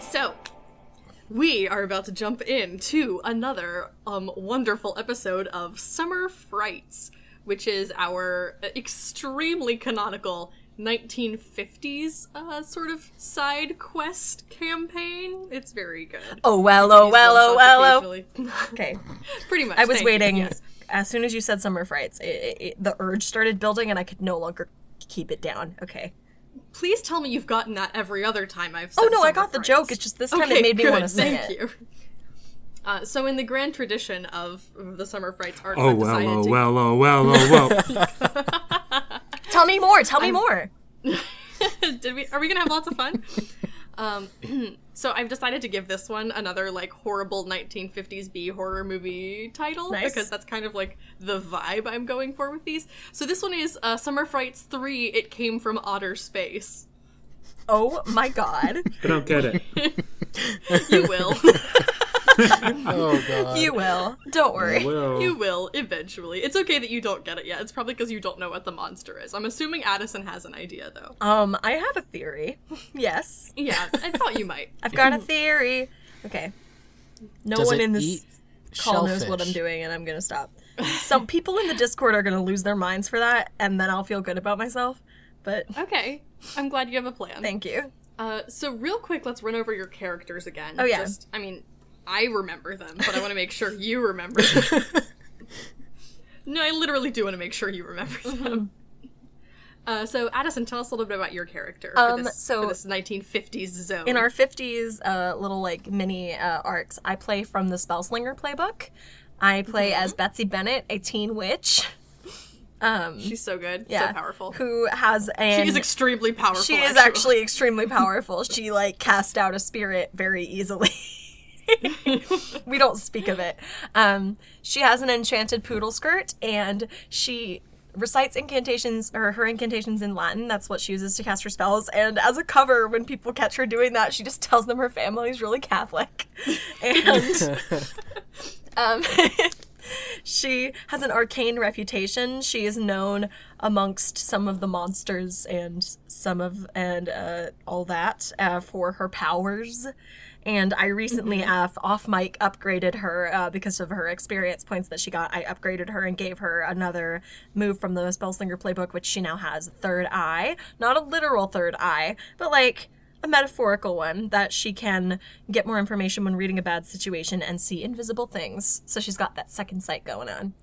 So, we are about to jump into another um, wonderful episode of Summer Frights, which is our extremely canonical 1950s uh, sort of side quest campaign. It's very good. Oh well, oh well, oh well, oh. Occasionally. Okay, Pretty much. I was thank you, waiting. yes. As soon as you said summer frights, it, it, it, the urge started building, and I could no longer keep it down. Okay. Please tell me you've gotten that every other time I've said Oh no, I Summer got the Frights. joke. It's just this time it made me good, want to say thank it. you. Uh, so, in the grand tradition of the Summer Frights art, Oh I've well, decided oh to well, oh well, oh well. Tell me more. Tell me more. Did we? Are we gonna have lots of fun? Um, so I've decided to give this one another like horrible 1950s B horror movie title Nice. because that's kind of like the vibe I'm going for with these. So this one is uh, Summer Frights Three. It came from outer space. Oh my god. I don't get it. You will. Oh god. you will. Don't worry. Well, you will eventually. It's okay that you don't get it yet. It's probably because you don't know what the monster is. I'm assuming Addison has an idea though. Um, I have a theory. yes, Yeah, I thought you might. I've got a theory. Okay. No Does one it in this eat call knows shellfish? what I'm doing, and I'm gonna stop. Some people in the Discord are gonna lose their minds for that, and then I'll feel good about myself. But Okay, I'm glad you have a plan. thank you. Uh, so real quick, let's run over your characters again. Oh, yeah. Just, I mean, I remember them, but I want to make sure you remember. them. no, I literally do want to make sure you remember Mm-hmm. them. Uh, so Addison, tell us a little bit about your character Um, for, this, so- for this 1950s zone. in our 50s uh, little like mini uh, arcs i play from the spellslinger playbook i play as betsy bennett a teen witch she's so good, yeah so powerful. who has an She is extremely powerful. she is actually extremely powerful she like cast out a spirit very easily we don't speak of it um, she has an enchanted poodle skirt and she recites incantations or her incantations in latin that's what she uses to cast her spells and as a cover when people catch her doing that she just tells them her family's really catholic and um, she has an arcane reputation. She is known amongst some of the monsters and some of and uh, all that uh, for her powers. And I recently, uh, off mic, upgraded her uh, because of her experience points that she got. I upgraded her and gave her another move from the Spellslinger playbook, which she now has third eye. Not a literal third eye, but like a metaphorical one that she can get more information when reading a bad situation and see invisible things. So she's got that second sight going on.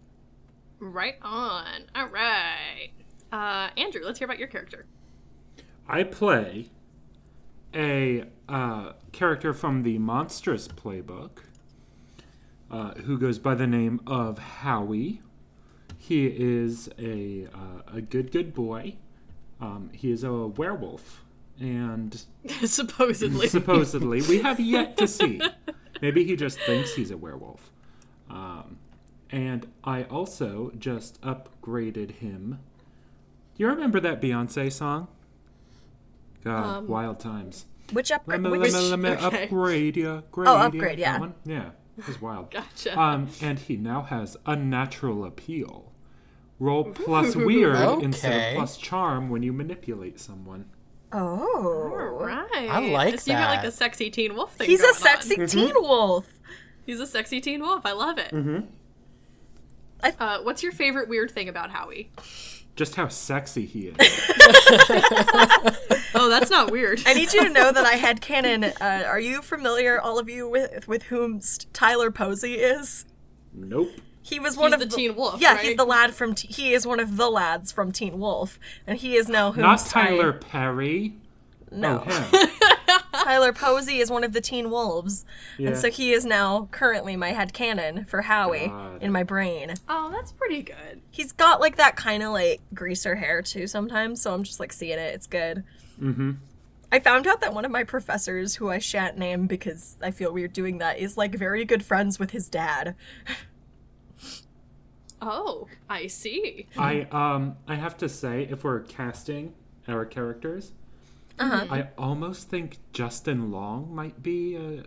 right on. All right, uh, Andrew, let's hear about your character. I play a uh, character from the Monstrous Playbook uh, who goes by the name of Howie. He is a, uh, a good, good boy. Um, he is a werewolf. And Supposedly, supposedly, we have yet to see. Maybe he just thinks he's a werewolf. Um, and I also just upgraded him. Do you remember that Beyonce song? God, Um, wild times. Which Let upgrade? me, Which, let me, let me okay. upgrade ya, grade Oh, ya, upgrade, that yeah. one. Yeah, it was wild. Gotcha. Um, and he now has unnatural appeal. Roll plus weird instead okay. of plus charm when you manipulate someone. oh, right. I like so You got like that. a sexy teen wolf thing. he's going a on. sexy Mm-hmm. teen wolf. He's a sexy teen wolf. I love it. Mm-hmm. I- Uh, what's your favorite weird thing about Howie? Just how sexy he is. Oh, that's not weird. I need you to know that I had canon. Uh, are you familiar, all of you, with with whom st- Tyler Posey is? Nope. He was one He's of the Teen Wolf, Yeah, right? he's the lad from. T- he is one of the lads from Teen Wolf, and he is now whom Not I- Tyler Perry. No. Oh, him. Tyler Posey is one of the Teen Wolves, Yeah. and so he is now currently my head canon for Howie God. in my brain. oh, that's pretty good. He's got like that kind of like greaser hair too sometimes, so I'm just like seeing it. It's good. Mm-hmm. I found out that one of my professors, who I shan't name because I feel weird doing that, is like very good friends with his dad. Oh, I see. I um I have to say, if we're casting our characters, Uh-huh. I almost think Justin Long might be. Uh,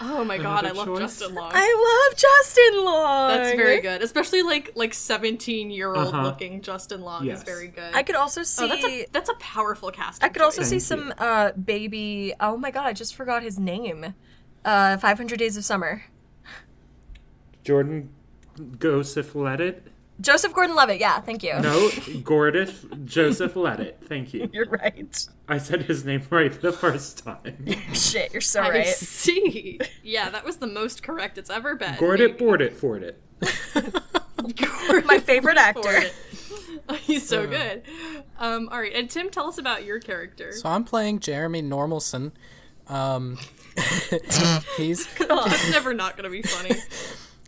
Oh my god, I Another love choice? Justin Long. I love Justin Long. That's very good, especially like like seventeen year old Uh-huh. looking Justin Long Yes. is very good. I could also see. oh, that's a that's a powerful cast. I could also see Thank some you. uh, baby. Oh my god, I just forgot his name. Uh, Five Hundred Days of Summer. Jordan Joseph Leddit. Joseph Gordon-Levitt. Yeah, thank you. No, Gordith Joseph Leddit. Thank you. You're right. I said his name right the first time. Shit, you're so I right. see. Yeah, that was the most correct it's ever been. Gordit Bordit Fordit. Gordon My favorite for actor. it. He's so Uh-huh. good. Um, all right, and Tim, tell us about your character. So I'm playing Jeremy Normalson. Um, he's That's Oh, never not gonna be funny.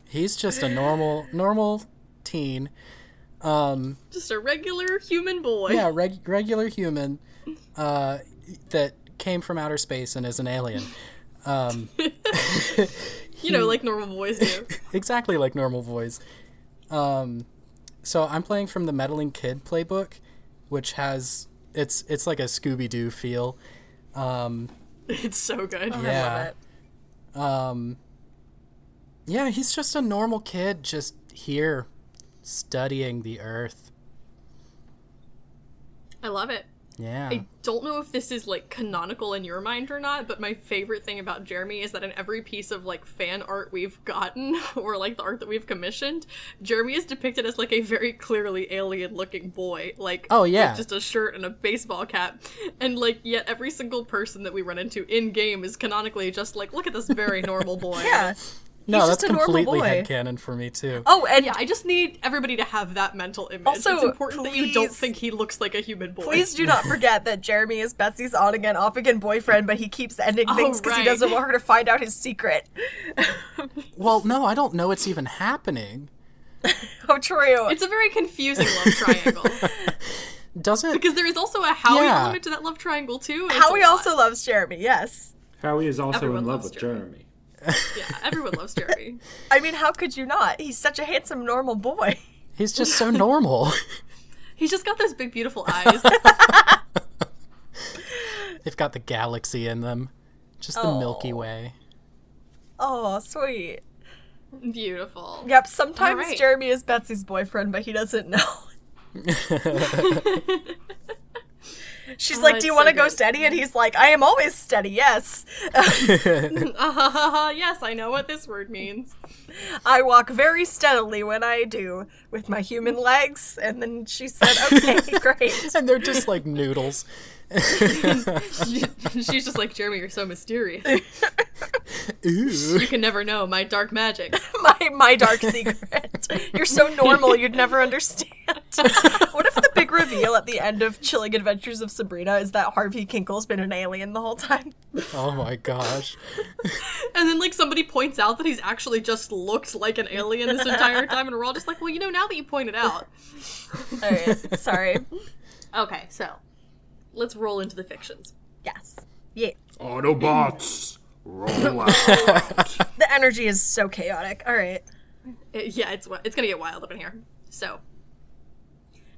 he's just a normal normal teen. Um, Just a regular human boy. yeah, reg- regular human uh, that came from outer space and is an alien. you know, like normal boys do. exactly like normal boys. Um, so I'm playing from the meddling kid playbook, which has it's it's like a Scooby Doo feel. Um, It's so good. yeah. Um, yeah, he's just a normal kid, just here studying the Earth. I love it. Yeah. I don't know if this is like canonical in your mind or not, but my favorite thing about Jeremy is that in every piece of like fan art we've gotten or like the art that we've commissioned, Jeremy is depicted as like a very clearly alien looking boy. Like Oh, with yeah. just a shirt and a baseball cap. And like yet every single person that we run into in game is canonically just like, look at this very normal boy. Yeah. no, he's that's just a normal completely boy. headcanon for me too. Oh, and Yeah, I just need everybody to have that mental image. Also, it's important that you don't please- think he looks like a human boy. Please do not forget that Jeremy is Betsy's on again, off again boyfriend, but he keeps ending Oh, things because right. he doesn't want her to find out his secret. Well, no, I don't know it's even happening. Oh, true. It's a very confusing love triangle. Doesn't Because there is also a Howie Yeah. element to that love triangle too. and it's Howie a lot. also loves Jeremy, yes. Howie is also Everyone in love loves with Jeremy. Jeremy. Yeah, everyone loves Jeremy. I mean, how could you not? He's such a handsome, normal boy. he's just so normal. He's just got those big beautiful eyes. They've got the galaxy in them, just the Milky Way. Oh, sweet. beautiful. Yep, sometimes All right. Jeremy is Betsy's boyfriend, but he doesn't know. She's like, it's Do you so want to go good. steady? And he's like, I am always steady, yes. Ah, yes, I know what this word means. I walk very steadily when I do with my human legs. And then she said, Okay, great. And they're just like noodles. She's just like Jeremy. You're so mysterious. Ooh. You can never know my dark magic. my my dark secret. You're so normal, you'd never understand. what if the big reveal at the end of Chilling Adventures of Sabrina is that Harvey Kinkle's been an alien the whole time? Oh my gosh. And then like somebody points out that he's actually just looked like an alien this entire time, and we're all just like, well, you know, now that you point it out. All right, sorry. Okay, so let's roll into the fictions. Yes. Yeah. Autobots, roll out. The energy is so chaotic. All right. Uh, yeah, it's wi- it's gonna get wild up in here. So,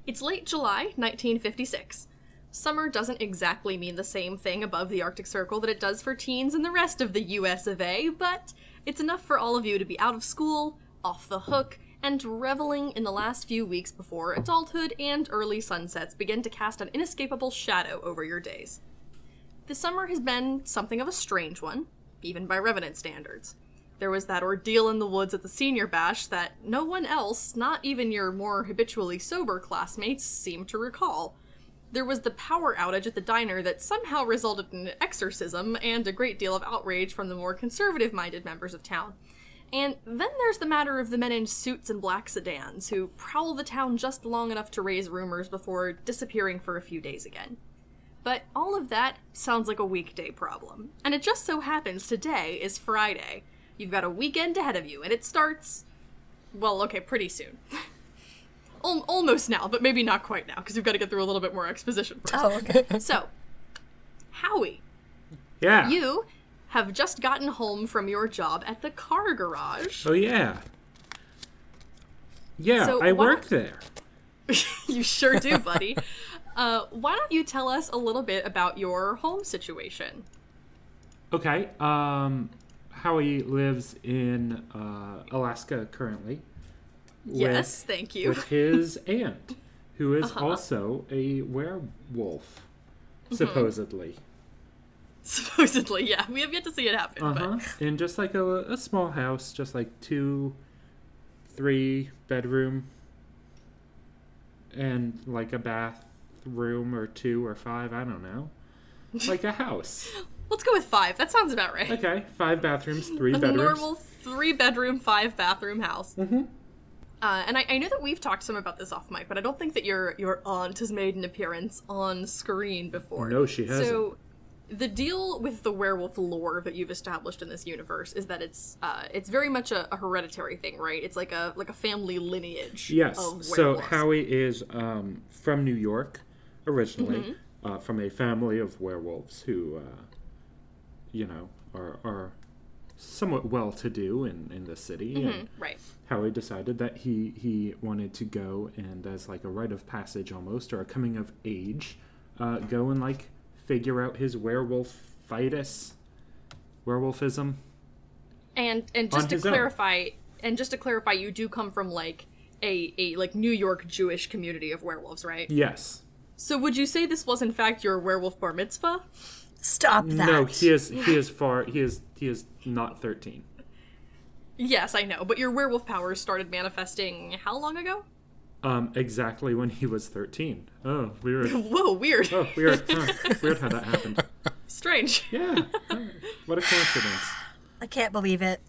it's late July 1956. Summer doesn't exactly mean the same thing above the Arctic Circle that it does for teens in the rest of the U.S. of A, but it's enough for all of you to be out of school, off the hook, and reveling in the last few weeks before adulthood and early sunsets begin to cast an inescapable shadow over your days. The summer has been something of a strange one, even by Revenant standards. There was that ordeal in the woods at the senior bash that no one else, not even your more habitually sober classmates, seemed to recall. There was the power outage at the diner that somehow resulted in an exorcism and a great deal of outrage from the more conservative minded members of town. And then there's the matter of the men in suits and black sedans who prowl the town just long enough to raise rumors before disappearing for a few days again. But all of that sounds like a weekday problem. And it just so happens today is Friday. You've got a weekend ahead of you, and it starts, well, okay, pretty soon. Al- almost now, but maybe not quite now, because we've got to get through a little bit more exposition first. Oh, okay. So, Howie, Yeah. you have just gotten home from your job at the car garage. Oh yeah. Oh, Yeah, So I why- work there. you sure do, buddy. Uh, why don't you tell us a little bit about your home situation? Okay. Um, Howie lives in uh, Alaska currently. yes, thank you. Uh-huh. With his aunt, who is also a werewolf, Mm-hmm. supposedly. Supposedly, yeah, we have yet to see it happen. Uh huh. In just like a, a small house, just like two, three bedroom, and like a bathroom or two or five. I don't know. Like a house. But let's go with five. That sounds about right. Okay, five bathrooms, three a bedrooms. normal three bedroom, five bathroom house. Mm-hmm. Uh, and I, I know that we've talked some about this off mic, but I don't think that your your aunt has made an appearance on screen before. No, she So the deal with the werewolf lore that you've established in this universe is that it's uh, it's very much a, a hereditary thing, right? It's like a like a family lineage. Yes. Of So werewolves. Howie is um, from New York originally, uh, from a family of werewolves who, uh, you know, are, are somewhat well to do in, in the city. And right. Howie decided that he, he wanted to go and, as like a rite of passage almost, or a coming of age, uh, go and like figure out his werewolf fitis, werewolfism. And and On just to his own. clarify, and just to clarify, you do come from like a, a like New York Jewish community of werewolves, right? Yes. So would you say this was in fact your werewolf bar mitzvah? Stop that. No, he is he is far he is he is not thirteen. Yes, I know, but your werewolf powers started manifesting how long ago? Um, exactly when he was 13. Oh, weird. Whoa, weird. Oh, weird. Huh. Weird how that happened. Strange. Yeah. huh. What a coincidence. I can't believe it.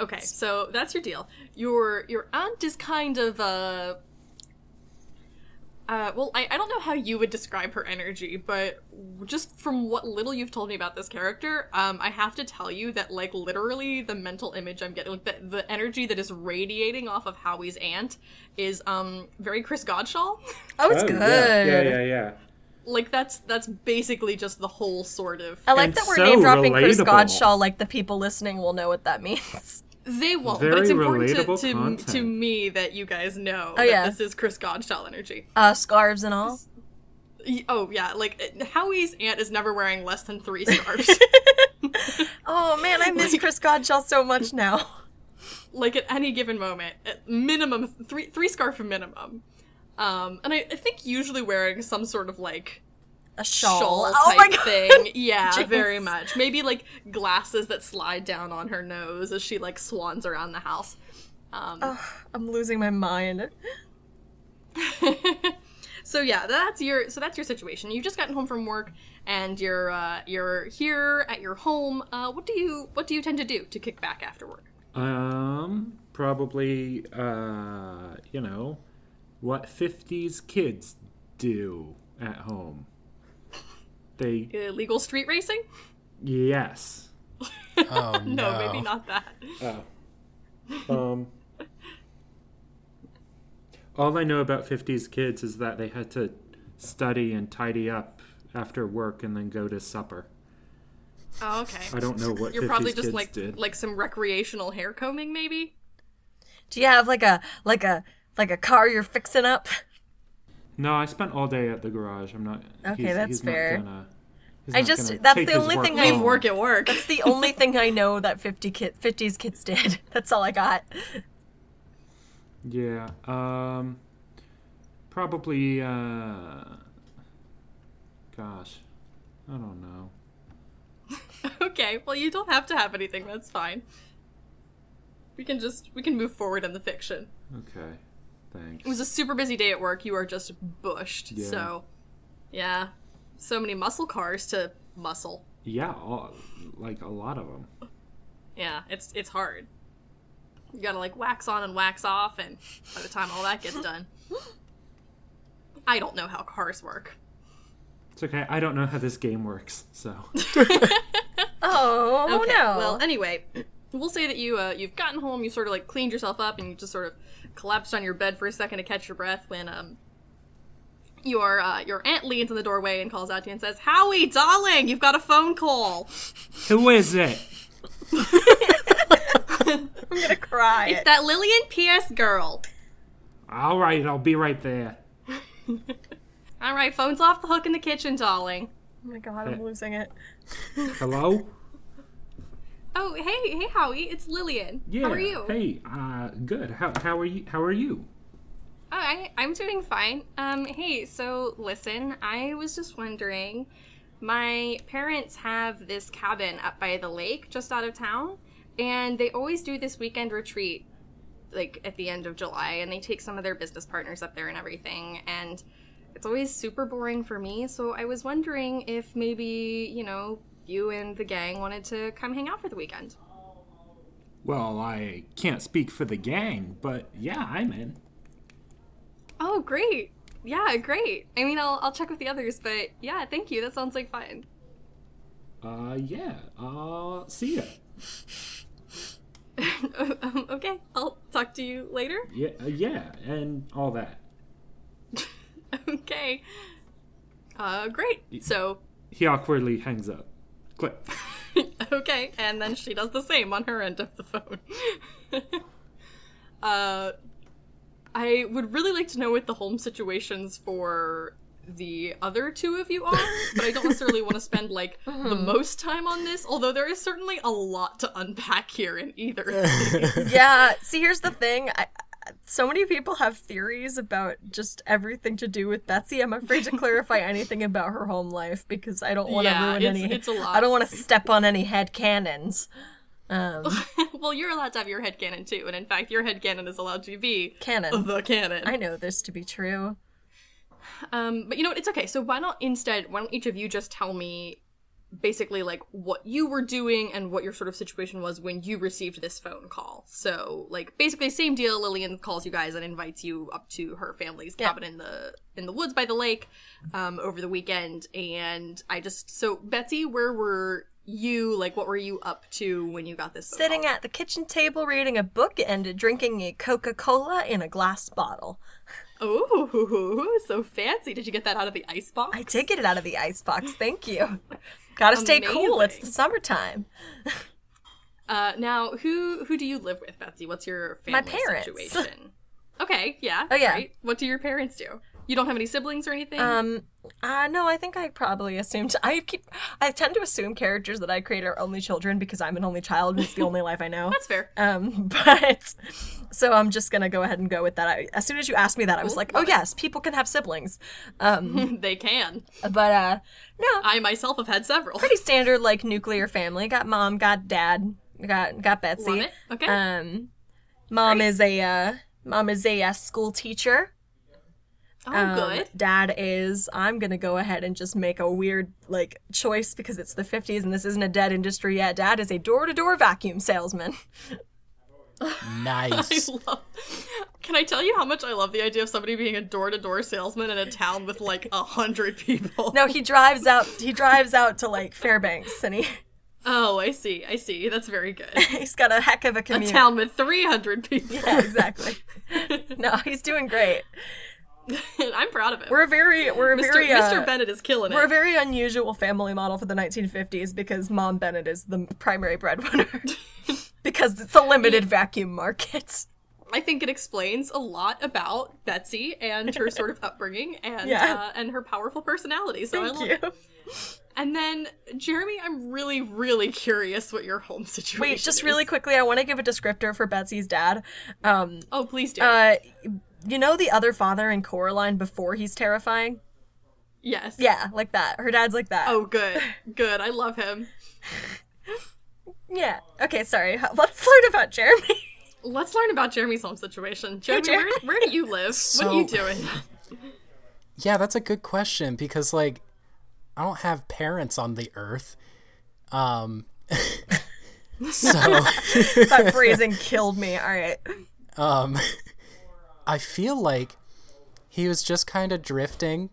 Okay, so that's your deal. Your your aunt is kind of uh uh, well, I, I don't know how you would describe her energy, but just from what little you've told me about this character, um, I have to tell you that, like, literally the mental image I'm getting, like, the, the energy that is radiating off of Howie's aunt is um, very Chris Godshaw. Oh, it's good. Yeah, yeah, yeah. yeah. like, that's that's basically just the whole sort of. I like And that we're so name dropping Chris relatable. Godshaw. Like the people listening will know what that means. They won't, but Very it's important relatable to, to, to content. me that you guys know that yeah. this is Chris Godshaw energy. Uh, scarves and all. Y- Oh yeah, like Howie's aunt is never wearing less than three scarves. Oh man, I miss Chris Godshaw so much now. like at any given moment, at minimum three three scarf a minimum. Um, and I, I think usually wearing some sort of like A shawl. shawl, oh type my god. thing. Yeah, Jinx. very much. Maybe like glasses that slide down on her nose as she like swans around the house. Um, I'm losing my mind. So yeah, that's your so that's your situation. You've just gotten home from work, and you're uh, you're here at your home. Uh, what do you what do you tend to do to kick back after work? Um, probably, uh, you know, what 50s kids do at home. They, Illegal street racing? yes. Oh no, No, maybe not that. Oh. Um. All I know about 50s kids is that they had to study and tidy up after work and then go to supper. Oh, okay. I don't know what You're 50s probably just kids like did. like some recreational hair combing, maybe. Do you have like a like a like a car you're fixing up? no, I spent all day at the garage. I'm not. Okay, he's, that's he's fair. Not gonna, he's I not just- gonna that's take the his only work thing I- home. Work at work. It's the only thing I know that 50 kid 50s kids did. That's all I got. Yeah. Um. Probably. Uh. Gosh, I don't know. okay. Well, you don't have to have anything. That's fine. We can just we can move forward in the fiction. Okay. Thanks. It was a super busy day at work. You are just bushed. Yeah. So, yeah. So many muscle cars to muscle. yeah, all, like a lot of them. Yeah, it's it's hard. You gotta like wax on and wax off, and by the time all that gets done, I don't know how cars work. It's okay. I don't know how this game works, so Oh Okay, no. Well, anyway, we'll say that you uh, you've gotten home. You sort of like cleaned yourself up, and you just sort of collapsed on your bed for a second to catch your breath when um. Your uh, your aunt leans in the doorway and calls out to you and says, "Howie, darling, you've got a phone call." who is it? I'm gonna cry. It's that Lillian P.S. girl. All right, I'll be right there. All right, phone's off the hook in the kitchen, darling. oh my god, I'm losing it. Hello? Oh, hey, hey, Howie, it's Lillian. Yeah. How are you? Hey, uh, good. How, how are you? How are you? Oh, I, I'm doing fine. Um, hey, so listen, I was just wondering. My parents have this cabin up by the lake just out of town, and they always do this weekend retreat, like at the end of July, and they take some of their business partners up there and everything. And it's always super boring for me, so I was wondering if maybe, you know, you and the gang wanted to come hang out for the weekend. Well, I can't speak for the gang, but yeah, I'm in. Oh, great. Yeah, great. I mean, I'll, I'll check with the others, but yeah, thank you. That sounds like fun. Uh, yeah. Uh, see ya. um, okay, I'll talk to you later. Yeah, uh, yeah, and all that. Okay. Uh, great. So, He awkwardly hangs up. Click. okay, and then she does the same on her end of the phone. uh, I would really like to know what the home situations for the other two of you are, but I don't necessarily want to spend like the most time on this. Although there is certainly a lot to unpack here in either. of these. yeah. See, here's the thing. I, I- so many people have theories about just everything to do with Betsy. I'm afraid to clarify anything about her home life because I don't want to Yeah, ruin it's- any. it's a lot. I don't want to step on any head cannons. well, you're allowed to have your headcanon too, and in fact, your headcanon is allowed to be Cannon. the canon. I know this to be true. Um, but you know what? It's okay. So why not instead? Why don't each of you just tell me, basically, like what you were doing and what your sort of situation was when you received this phone call. So like basically, same deal. Lillian calls you guys and invites you up to her family's cabin in the in the woods by the lake um, over the weekend. And I just so Betsy, where were you? Like, what were you up to when you got this? phone Sitting call? at the kitchen table, reading a book, and drinking a Coca Cola in a glass bottle. Oh, so fancy! Did you get that out of the ice box? I did get it out of the icebox. Thank you. Gotta stay cool. It's the Amazing. summertime. Uh, now, who who do you live with, Betsy? What's your family My parents. situation? Okay, yeah. Oh, yeah. great. What do your parents do? You don't have any siblings or anything? Um, uh, no, I think I probably assumed. I keep. I tend to assume characters that I create are only children because I'm an only child and it's the only life I know. That's fair. Um, but so I'm just gonna go ahead and go with that. I, as soon as you asked me that, I was like, oh yes, people can have siblings. Um, they can. but uh, no, I myself have had several. pretty standard like nuclear family. Got mom, got dad, got got Betsy. Love it. Okay. Um, mom is a uh, mom is a uh, school teacher. oh, Um, good. Dad is. I'm gonna go ahead and just make a weird like choice because it's the 50s and this isn't a dead industry yet. Dad is a door-to-door vacuum salesman. Nice. I love. Can I tell you how much I love the idea of somebody being a door to door salesman in a town with like a hundred people? No, he drives out. He drives out to like Fairbanks and he Oh, I see. I see. That's very good. he's got a heck of a a commute. town with three hundred people. Yeah, exactly. no, he's doing great. I'm proud of it. We're a very we're a Mr. very uh, Mr. Bennett is killing it. We're a very unusual family model for the 1950s because Mom Bennett is the primary breadwinner because it's a limited vacuum market. I think it explains a lot about Betsy and her sort of upbringing and Yeah. uh, and her powerful personality. So Oh, I Thank love you. it. And then Jeremy, I'm really really curious what your home situation. Wait, just is. really quickly, I want to give a descriptor for Betsy's dad. Um, Oh, please do. uh, you know the other father in Coraline before he's terrifying? yes. Yeah, like that. Her dad's like that. Oh, good, good. I love him. yeah. Okay, sorry. Let's learn about Jeremy. Let's learn about Jeremy's home situation. Jeremy, Jeremy. Where, where do you live? what are you So- doing? Yeah, that's a good question because like I don't have parents on the earth. Um so that phrasing killed me. All right. um I feel like he was just kind of drifting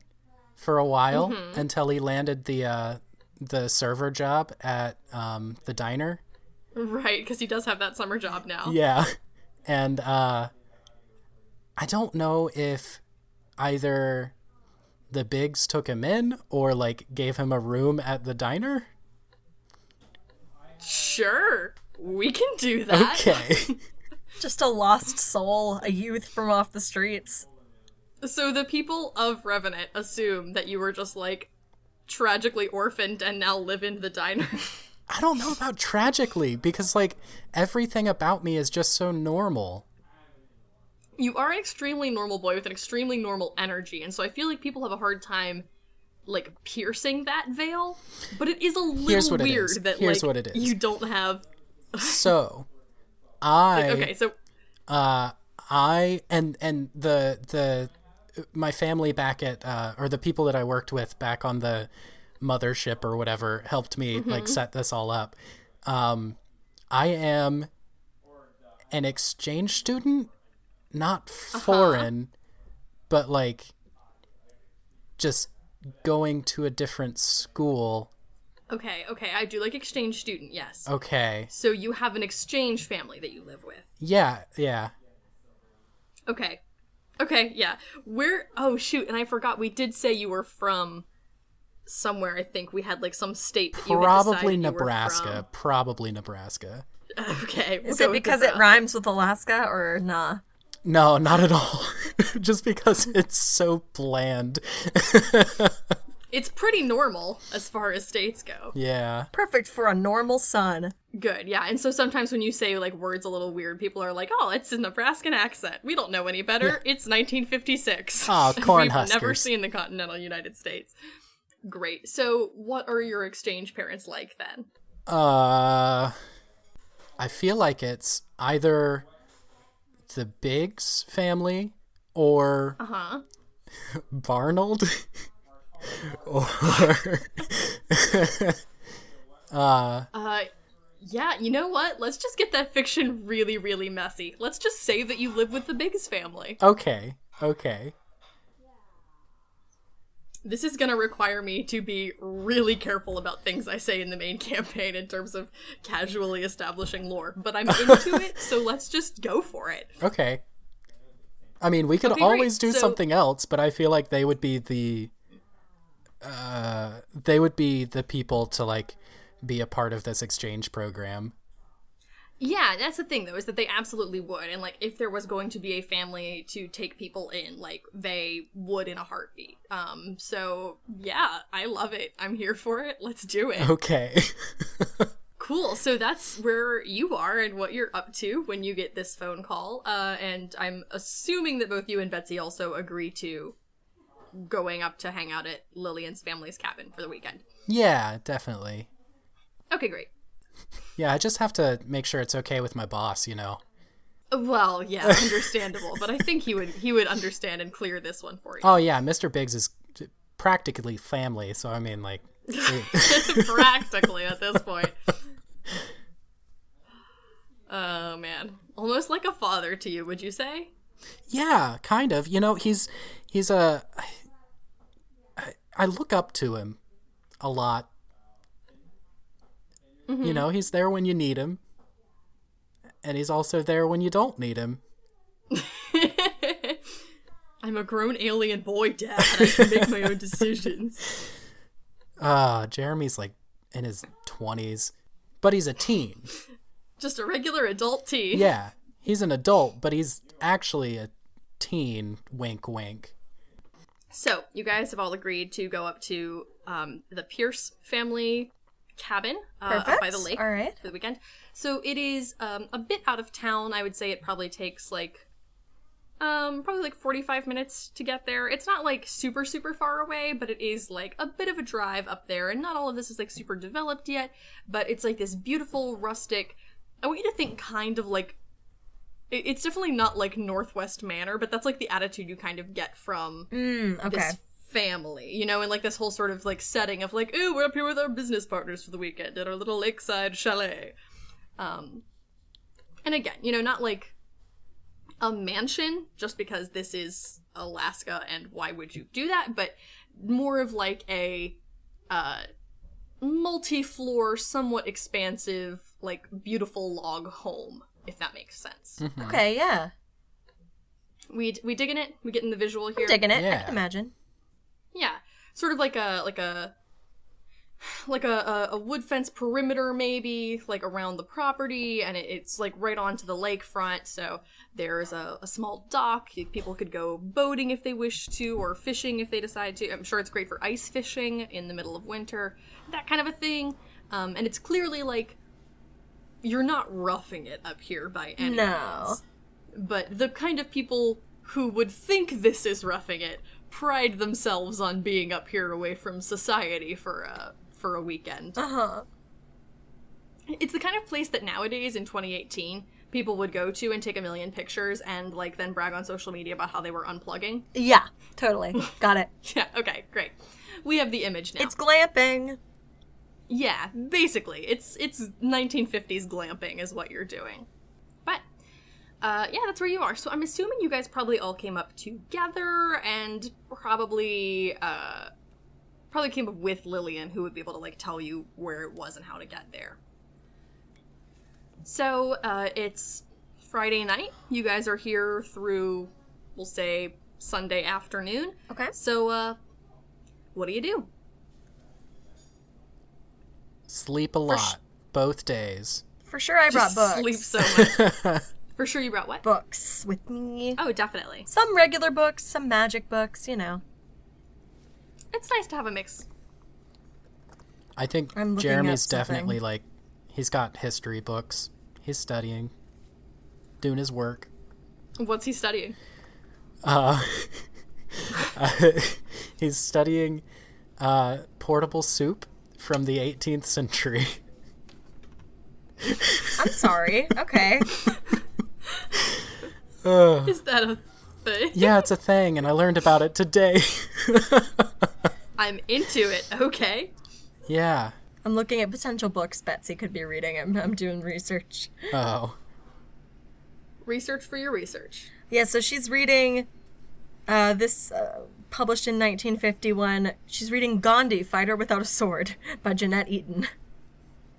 for a while until he landed the uh the server job at um the diner. right, because he does have that summer job now. Yeah. And uh I don't know if either the bigs took him in or like gave him a room at the diner. Sure. We can do that. Okay. Just a lost soul, a youth from off the streets. So the people of Revenant assume that you were just like tragically orphaned and now live in the diner. I don't know about tragically because like everything about me is just so normal. you are an extremely normal boy with an extremely normal energy, and so I feel like people have a hard time like piercing that veil. But it is a little Here's what it weird is. that Here's like what it is. you don't have So, I Okay, so uh, I and and the the my family back at uh, or the people that I worked with back on the mothership or whatever helped me Mm-hmm. like set this all up. Um, I am an exchange student, not Uh-huh. foreign, but like just going to a different school. okay, okay, I do like exchange student, Oh. yes. Okay, So you have an exchange family that you live with. yeah, yeah. Okay. Okay, yeah. We're oh shoot, and I forgot we did say you were from somewhere, I think. We had like some state that you had Probably decided you were Nebraska. Probably Nebraska. from. Okay. Is it because it rhymes with Alaska or nah? No, not at all. Just because it's so bland. It's pretty normal as far as states go. Yeah. Perfect for a normal sun. Good, yeah. And so sometimes when you say like words a little weird, people are like, "Oh, it's a Nebraskan accent. We don't know any better. It's 1956." Aw, corn We've never huskers. seen the continental United States. Great. So, what are your exchange parents like then? Uh I feel like it's either the Biggs family or Uh huh. Barnold or Uh, yeah, you know what? Let's just get that fiction really, really messy. Let's just say that you live with the Biggs family. Okay. Okay. This is gonna require me to be really careful about things I say in the main campaign in terms of casually establishing lore, but I'm into it, so let's just go for it. Okay. I mean, we could Okay, great. always do So- something else, but I feel like they would be the uh they would be the people to like be a part of this exchange program. Yeah, that's the thing though, is that they absolutely would, and like if there was going to be a family to take people in, like they would in a heartbeat. Um, so yeah, I love it. I'm here for it. Let's do it. Okay. Cool. So that's where you are and what you're up to when you get this phone call. Uh, and I'm assuming that both you and Betsy also agree to going up to hang out at Lillian's family's cabin for the weekend. yeah, definitely. Okay, great. Yeah, I just have to make sure it's okay with my boss, you know. Well, yeah, understandable, but I think he would he would understand and clear this one for you. Oh yeah, Mr. Biggs is practically family, so I mean like Practically at this point. Oh man, almost like a father to you, would you say? yeah, kind of. You know, he's he's a I, I look up to him a lot. You know, he's there when you need him. And he's also there when you don't need him. I'm a grown alien boy, Dad. I can make my own decisions. Ah, Jeremy's like in his 20s, but he's a teen. Just a regular adult tea. Yeah, he's an adult, but he's actually a teen. Wink, wink. So you guys have all agreed to go up to um, the Pierce family cabin uh, up by the lake All right. for the weekend. So it is um, a bit out of town. I would say it probably takes like um, probably like 45 minutes to get there. It's not like super super far away, but it is like a bit of a drive up there. And not all of this is like super developed yet, but it's like this beautiful rustic. I want you to think kind of like it- it's definitely not like Northwest manner, but that's like the attitude you kind of get from Mm, Okay. this family, you know, and like this whole sort of like setting of like, ooh, we're up here with our business partners for the weekend at our little lakeside chalet. Um, and again, you know, not like a mansion, just because this is Alaska and why would you do that, but more of like a uh, multi floor, somewhat expansive, like beautiful log home, if that makes sense. Okay, yeah. We, we digging it? We getting the visual here? Digging it. I Yeah. can imagine. Yeah, sort of like a like a like a, a, a wood fence perimeter maybe like around the property and it, it's like right onto the lakefront so there's a, a small dock people could go boating if they wish to or fishing if they decide to i'm sure it's great for ice fishing in the middle of winter that kind of a thing um, and it's clearly like you're not roughing it up here by any No. means but the kind of people who would think this is roughing it pride themselves on being up here away from society for a for a weekend. Uh huh. It's the kind of place that nowadays in 2018 people would go to and take a million pictures and like then brag on social media about how they were unplugging. Yeah, totally. Got it. Yeah, okay, great. We have the image now. It's glamping. Yeah, basically, it's it's 1950s glamping is what you're doing. But uh, yeah, that's where you are. So I'm assuming you guys probably all came up together and probably uh, probably came up with Lillian, who would be able to like tell you where it was and how to get there. So uh, it's Friday night. You guys are here through, we'll say Sunday afternoon. Okay. So uh, what do you do? Sleep a lot, both days. For sure, I brought Just books. sleep so much. For sure, you brought what? books with me. Oh, definitely. Some regular books, some magic books. You know. It's nice to have a mix. I think I'm looking Jeremy's at something. definitely like he's got history books. He's studying, doing his work. What's he studying? Uh, he's studying uh, portable soup from the 18th century. I'm sorry. Okay. Ugh. Is that a thing? Uh, yeah, it's a thing, and I learned about it today. I'm into it. Okay. yeah. I'm looking at potential books Betsy could be reading. I'm, I'm doing research. Oh. Research for your research. Yeah, so she's reading uh, this uh, published in 1951. She's reading Gandhi, Fighter Without a Sword by Jeanette Eaton.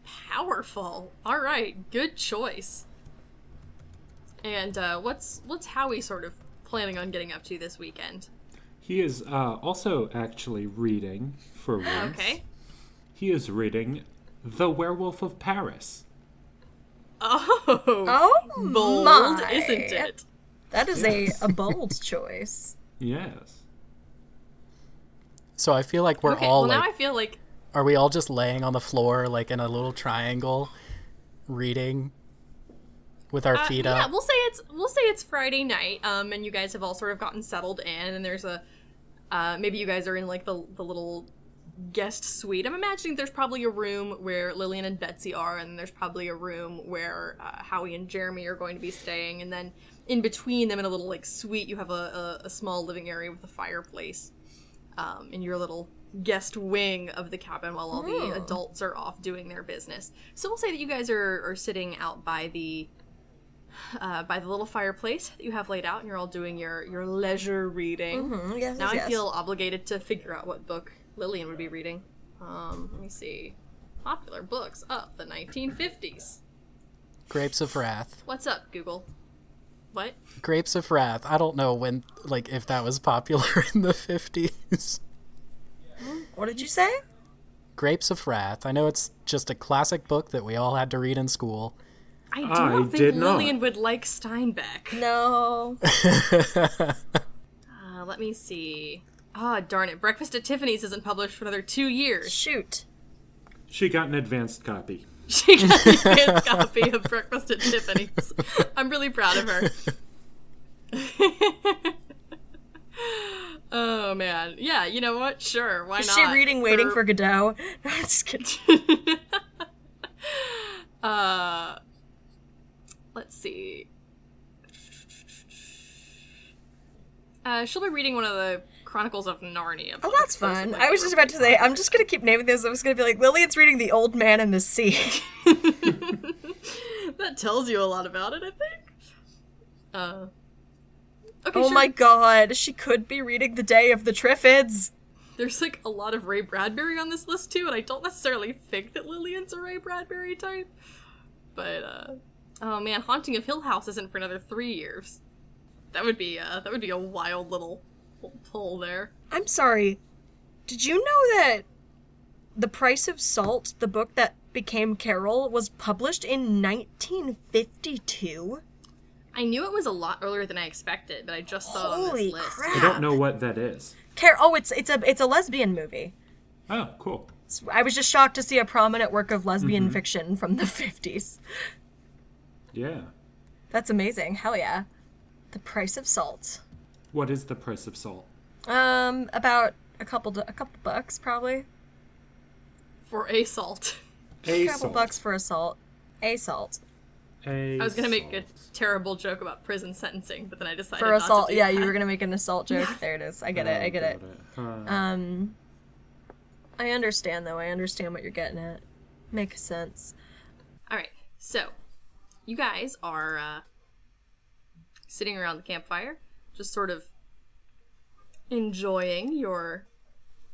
Powerful. All right. Good choice. And uh, what's what's Howie sort of planning on getting up to this weekend? He is uh, also actually reading for once. Okay. He is reading The Werewolf of Paris. Oh. Oh, bold, my. isn't it? That is a, a bold choice. Yes. So I feel like we're Okay. all well, like, now I feel like are we all just laying on the floor like in a little triangle, reading, with our Uh, feet yeah, up? we'll say it's we'll say it's Friday night, um, and you guys have all sort of gotten settled in, and there's a uh, maybe you guys are in like the the little guest suite. I'm imagining there's probably a room where Lillian and Betsy are, and there's probably a room where uh, Howie and Jeremy are going to be staying, and then in between them in a little like suite, you have a, a, a small living area with a fireplace um, in your little guest wing of the cabin while all the adults are off doing their business. So we'll say that you guys are, are sitting out by the uh, by the little fireplace that you have laid out, and you're all doing your your leisure reading. Mm, yes, Now yes, I yes. feel obligated to figure out what book Lillian would be reading. Um, let me see. Popular books up the 1950s. Grapes of Wrath. What's up, Google? What? Grapes of Wrath. I don't know when, like, if that was popular in the 50s. What did you say? Grapes of Wrath. I know it's just a classic book that we all had to read in school. I do I not think did not. Lillian would like Steinbeck. No. Uh, let me see. Ah, darn it. Breakfast at Tiffany's isn't published for another two years. Shoot. She got an advanced copy. She got the advance copy of Breakfast at Tiffany's. I'm really proud of her. oh, man. Yeah, you know what? Sure. Why Is not? she reading Waiting Her- for Godot? No, I'm just kidding. uh, let's see. Uh, she'll be reading one of the Chronicles of Narnia. Oh, that's fun. I was just about to say, I'm just going to keep naming those. I was going to be like, Lillian's reading The Old Man and the Sea. that tells you a lot about it, I think. Uh, okay, oh sure. my god, she could be reading The Day of the Triffids. There's like a lot of Ray Bradbury on this list too, and I don't necessarily think that Lillian's a Ray Bradbury type. But uh, oh man, Haunting of Hill House isn't for another three years. That would be uh, that would be a wild little pull there. I'm sorry. Did you know that The Price of Salt, the book that became Carol, was published in 1952. I knew it was a lot earlier than I expected, but I just saw it on Holy this list. crap. I don't know what that is. Car- oh, it's it's a it's a lesbian movie. Oh, cool. So I was just shocked to see a prominent work of lesbian Mm-hmm. fiction from the 50s. Yeah. That's amazing. Hell yeah. The Price of Salt. What is the price of salt? Um about a couple d- a couple bucks probably. For a salt. A A couple salt. bucks for assault. A salt. A I was gonna make a salt. terrible joke about prison sentencing, but then I decided For not assault. To do Yeah, that. you were going to make an assault joke. There it is. I get it. I get it. Got Uh, Huh. Um, I understand though. I understand what you're getting at. Makes sense. All right, so you guys are uh, sitting around the campfire, just sort of enjoying your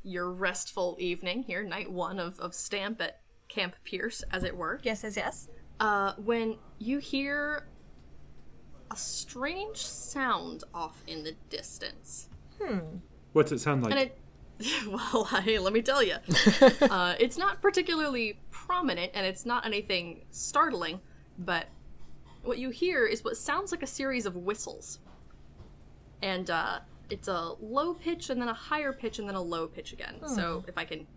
your restful evening here, night one of of stamp at Camp Pierce, as it were. Yes, yes, yes. Uh, when you hear a strange sound off in the distance. What's it sound like? And it, well, hey, let me tell you, uh, it's not particularly prominent, and it's not anything startling. But what you hear is what sounds like a series of whistles, and uh, it's a low pitch, and then a higher pitch, and then a low pitch again. So if I can,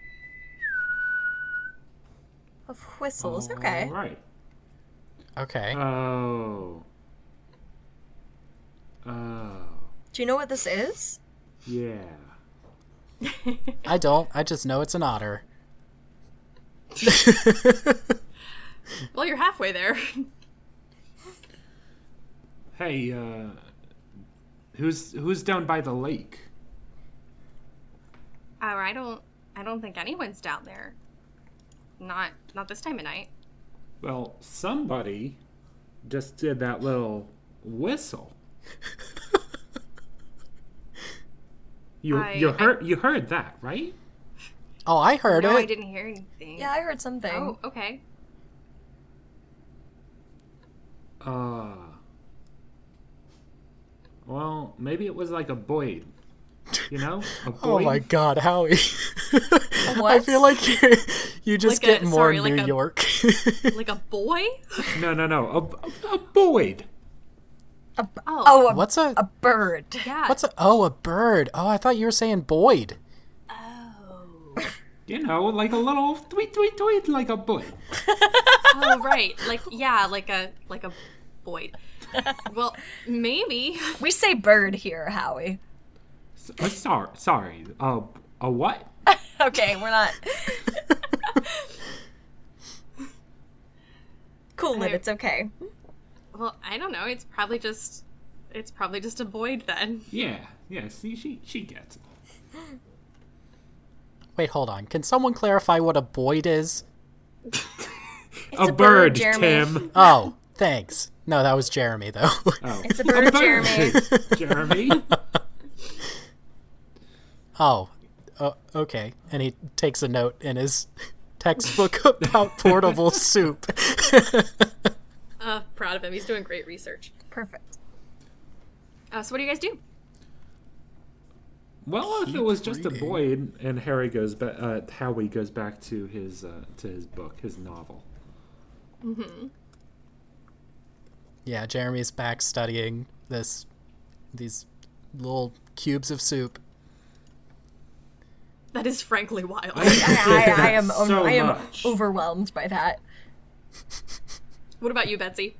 Of whistles. Okay. All right. Okay. Oh. Oh. Do you know what this is? Yeah. I don't. I just know it's an otter. well, you're halfway there. Hey, uh, who's who's down by the lake? Oh, I don't, I don't think anyone's down there. Not, not this time of night. Well, somebody just did that little whistle. you I- you I- heard you heard that right? Oh, I heard No, it. I didn't hear anything. Yeah, I heard something. Oh, okay. Uh. Well, maybe it was like a Boyd. You know, a Boyd. Oh my god, Howie. I what? feel like you, you just Like a- get more sorry, like New a- York. Like a boy? No, no, no, a, a, a Boyd. Oh, Oh, a, what's a, a bird. yeah. what's a oh a bird? Oh, I thought you were saying Boyd. Oh. You know, like a little tweet, tweet, tweet, like a Boyd. Oh right, like yeah, like a like a Boyd. Well, maybe We say bird here, Howie. S- uh, sorry, sorry. Uh, a what? Okay, we're not. cool it. I- It's okay. well, I don't know. It's probably just it's probably just a Boyd then. Yeah, yeah. See, she she gets it. Wait, hold on. Can someone clarify what a Boyd is? a, a bird, bird, Jeremy. Tim. Oh, thanks. No, that was Jeremy though. Oh. It's a bird, Jeremy. Jeremy. oh, oh, okay. And he takes a note in his textbook about portable soup. Uh, proud of him. He's doing great research. Perfect. Uh, so what do you guys do? Well, if it was just a reading. Boyd, and Harry goes back, uh, Howie goes back to his uh, to his book, his novel. yeah, Jeremy's back studying this these little cubes of soup. That is frankly wild. I, I, I am um, So I am much. overwhelmed by that. what about you, Betsy?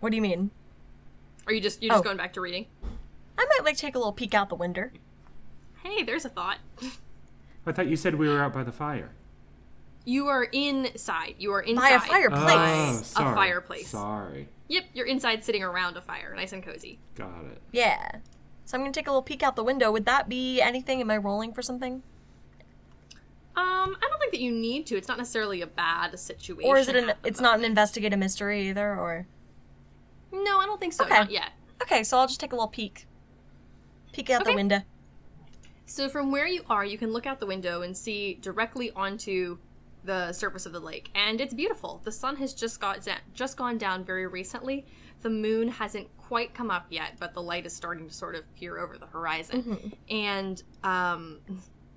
What do you mean? Are you just you are just Oh. going back to reading? I might like take a little peek out the window. Hey, there's a thought. I thought you said we were out by the fire. You are inside. You are inside By a fireplace. Oh, A sorry. fireplace. Sorry, Yep, you're inside, sitting around a fire, nice and cozy. got it. Yeah. So I'm gonna take a little peek out the window. Would that be anything? Am I rolling for something? Um, I don't think that you need to. It's not necessarily a bad situation. Or is it an it's not an investigate a mystery either or No, I don't think so. Okay. Not yet. Okay, so I'll just take a little peek. Peek out Okay. the window. So from where you are, you can look out the window and see directly onto the surface of the lake, and it's beautiful. The sun has just got da- just gone down very recently. The moon hasn't quite come up yet, but the light is starting to sort of peer over the horizon, and um,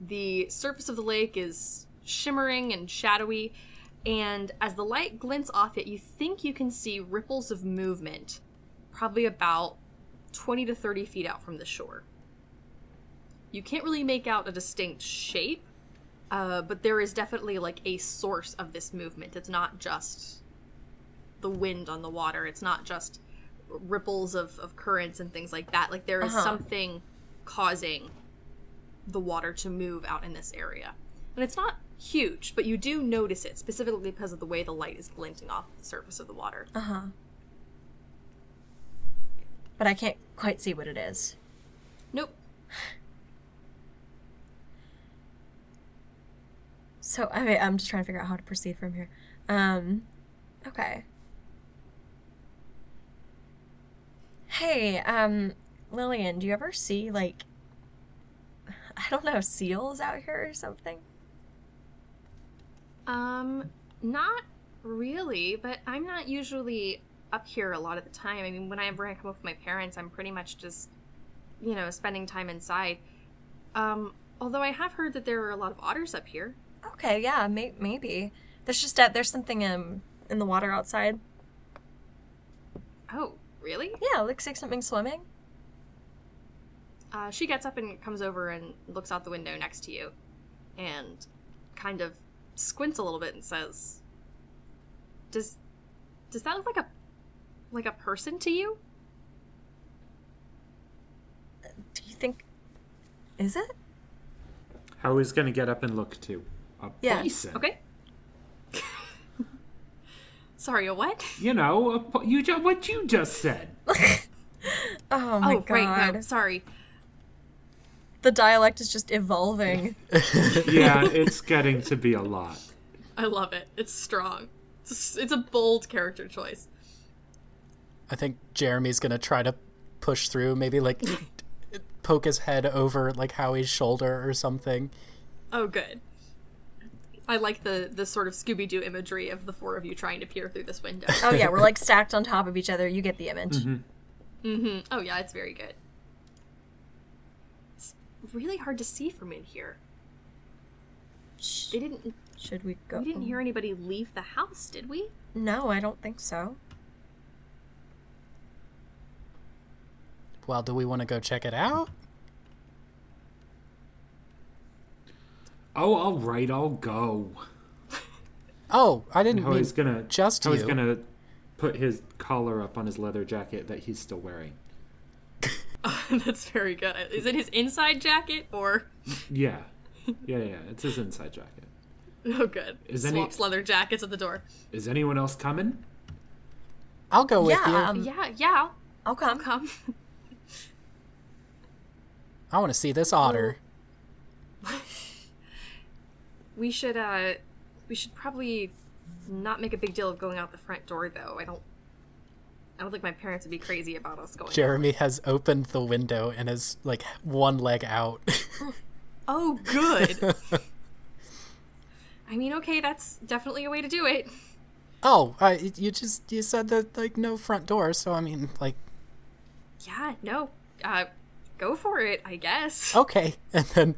the surface of the lake is shimmering and shadowy. And as the light glints off it, you think you can see ripples of movement, probably about 20 to 30 feet out from the shore. You can't really make out a distinct shape, uh, but there is definitely like a source of this movement. It's not just the wind on the water, it's not just ripples of, of currents and things like that. Like there is something causing the water to move out in this area. And it's not huge, but you do notice it specifically because of the way the light is glinting off the surface of the water. Uh-huh. but I can't quite see what it is. Nope. So I mean, I'm just trying to figure out how to proceed from here. Um, okay. Hey, um, Lillian, do you ever see like, I don't know, seals out here or something? Um, not really, but I'm not usually up here a lot of the time. I mean, whenever I come up with my parents, I'm pretty much just, you know, spending time inside. Um, although I have heard that there are a lot of otters up here. Okay, yeah, may- maybe. There's just a, there's something um in the water outside. Oh, really? Yeah, it looks like something swimming. Uh, she gets up and comes over and looks out the window next to you and kind of squints a little bit and says, "Does does that look like a like a person to you?" Do you think? Is it? Howie's gonna get up and look too. A Yeah. bison. Okay. Sorry, a what? You know, a, po- you ju- what you just said. Oh my oh, god. right, no, sorry. The dialect is just evolving. yeah, it's getting to be a lot. I love it. It's strong. It's a, s- it's a bold character choice. I think Jeremy's gonna try to push through, maybe like poke his head over like Howie's shoulder or something. Oh, good. I like the the sort of Scooby Doo imagery of the four of you trying to peer through this window. oh yeah, we're like stacked on top of each other. You get the image. Mm-hmm. oh yeah, it's very good. It's really hard to see from in here. They didn't Should we go? we didn't hear anybody leave the house, did we? No, I don't think so. Well, do we want to go check it out? Oh, all right, I'll go. Oh, I didn't mean. Howie's gonna just Howie's you. gonna put his collar up on his leather jacket that he's still wearing. That's very good. Is it his inside jacket or Yeah, yeah, yeah. It's his inside jacket. oh good? Is any- Swaps leather jackets at the door. Is anyone else coming? I'll go with you. yeah, um, Yeah, yeah, I'll come. I'll come. I want to see this oh. otter. We should uh we should probably not make a big deal of going out the front door though. I don't I don't think my parents would be crazy about us going. Jeremy has opened the window and is like one leg out. Oh good. I mean, okay, that's definitely a way to do it. oh, I, you just you said that like no front door, so I mean like Yeah, no. Uh go for it, I guess. okay, and then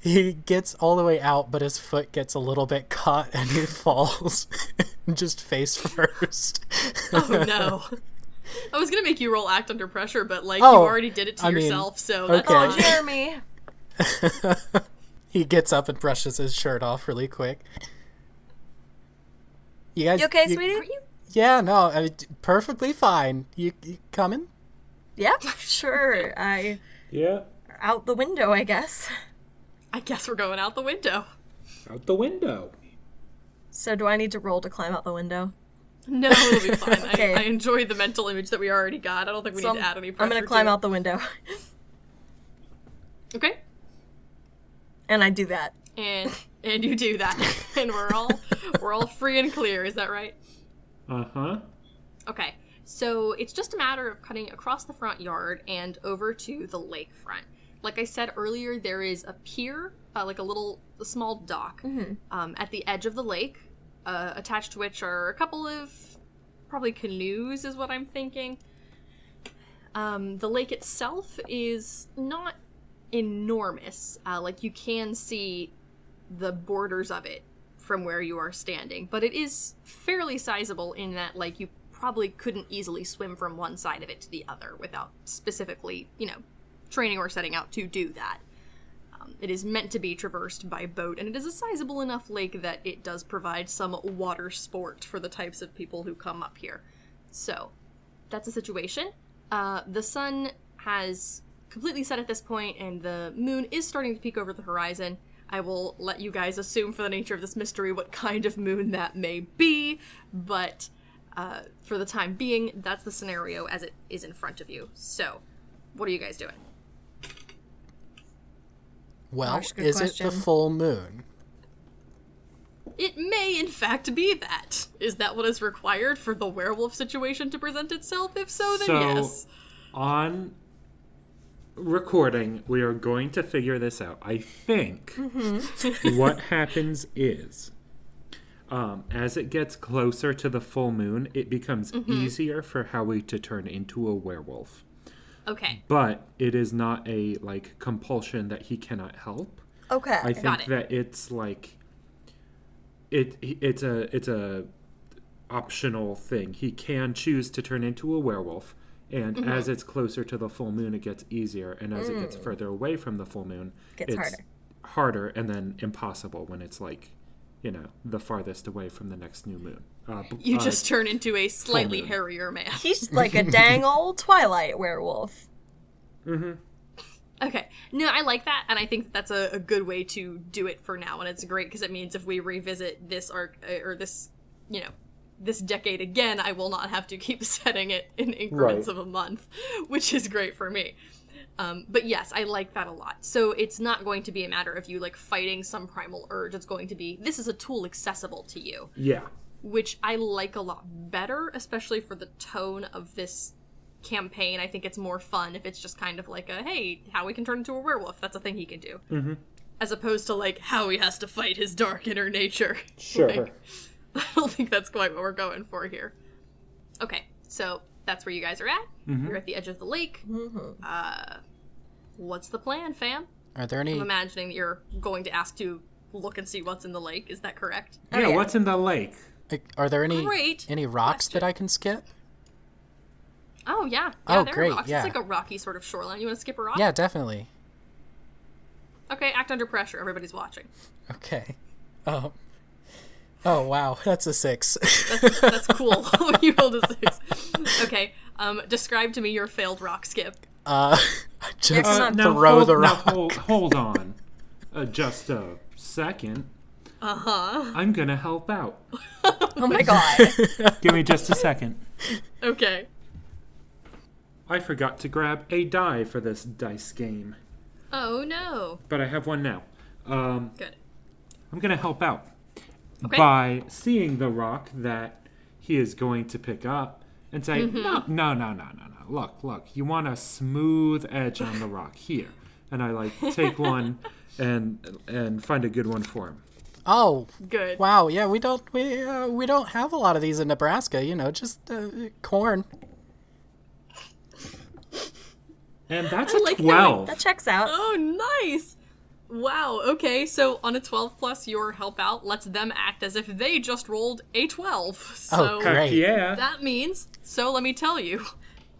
he gets all the way out, but his foot gets a little bit caught and he falls just face first. Oh no. I was gonna make you roll act under pressure, but like you Oh, already did it to I mean, yourself, so that's okay. Oh, fine. Jeremy. he gets up and brushes his shirt off really quick. You guys, You okay, you- sweetie? Yeah, no, I mean, perfectly fine. You, you coming? Yep, sure. I Yeah, out the window, I guess. I guess we're going out the window. out the window. So do I need to roll to climb out the window? No, it'll be fine. Okay. I, I enjoy the mental image that we already got. I don't think we So need to add any pressure. I'm gonna climb to it. out the window, Okay. and I do that. and and you do that and we're all we're all free and clear is that right Uh huh. okay so it's just a matter of cutting across the front yard and over to the lakefront like i said earlier there is a pier uh, like a little a small dock um, at the edge of the lake, uh, attached to which are a couple of probably canoes, is what I'm thinking. Um, the lake itself is not enormous. Uh, like you can see the borders of it from where you are standing, but it is fairly sizable in that like you probably couldn't easily swim from one side of it to the other without specifically, you know, training or setting out to do that. Um, it is meant to be traversed by boat, and it is a sizable enough lake that it does provide some water sport for the types of people who come up here. So, that's the situation. Uh, the sun has completely set at this point, and the moon is starting to peek over the horizon. I will let you guys assume for the nature of this mystery what kind of moon that may be, but uh, for the time being, that's the scenario as it is in front of you. So, what are you guys doing? Well, Gosh, good is it the question. full moon? It may, in fact, be that. Is that what is required for the werewolf situation to present itself? If so, then So- yes. On recording, we are going to figure this out. I think Mm-hmm. what happens is. Um, as it gets closer to the full moon, it becomes Mm-hmm. easier for Howie to turn into a werewolf. Okay. But it is not a like compulsion that he cannot help. Okay. I think Got it. that it's like it it's a it's a optional thing. He can choose to turn into a werewolf and as it's closer to the full moon it gets easier and as it gets further away from the full moon Gets it's harder. harder and then impossible when it's like you know the farthest away from the next new moon. Uh, b- You uh, just turn into a slightly moon. hairier man. He's like a dang old Twilight werewolf. Okay. No, I like that, and I think that that's a, a good way to do it for now, and it's great because it means if we revisit this arc uh, or this, you know, this decade again, I will not have to keep setting it in increments Right. of a month, which is great for me. Um, but yes, I like that a lot. So it's not going to be a matter of you like fighting some primal urge. It's going to be this is a tool accessible to you yeah. which I like a lot better, especially for the tone of this campaign. I think it's more fun if it's just kind of like a hey, Howie can turn into a werewolf. That's a thing he can do. Mm-hmm. As opposed to like Howie has to fight his dark inner nature. Sure. Like, I don't think that's quite what we're going for here. Okay, so that's where you guys are at. You're at the edge of the lake. Mm-hmm. Uh, what's the plan, fam? Are there any? I'm imagining that you're going to ask to look and see what's in the lake. Is that correct? yeah, what's in the lake? like, Are there any Great any rocks that I can skip? Oh yeah. Yeah, Oh, there great, Are rocks. yeah. It's like a rocky sort of shoreline. You want to skip a Uh, rock? Yeah, definitely. Okay. Act under pressure. Everybody's watching. Okay. Um. Oh wow, that's a six. Uh, That's cool. you rolled a six. Okay. Um, describe to me your failed rock skip. uh, just Uh, Uh, Not now throw hold, the now rock. hold, hold on, uh, just a second. Uh Uh-huh. huh. I'm gonna help out. Oh my god. Give me just a second. Okay. I forgot to grab a die for this dice game, Oh no. but I have one now. Um, Good. I'm gonna help out Okay. by seeing the rock that he is going to pick up and say, Mm-hmm. "No, no, no, no, no, no! Look, look! You want a smooth edge on the rock here." And I like take one and and find a good one for him. Oh Good. wow, yeah, we don't we uh, we don't have a lot of these in Nebraska. You know, just uh, corn. And that's I a like how it- 12. that checks out. Oh nice. Wow. Okay. So on a 12 plus, your help out lets them act as if they just rolled a 12. So Oh, great. Heck yeah. That means, so let me tell you,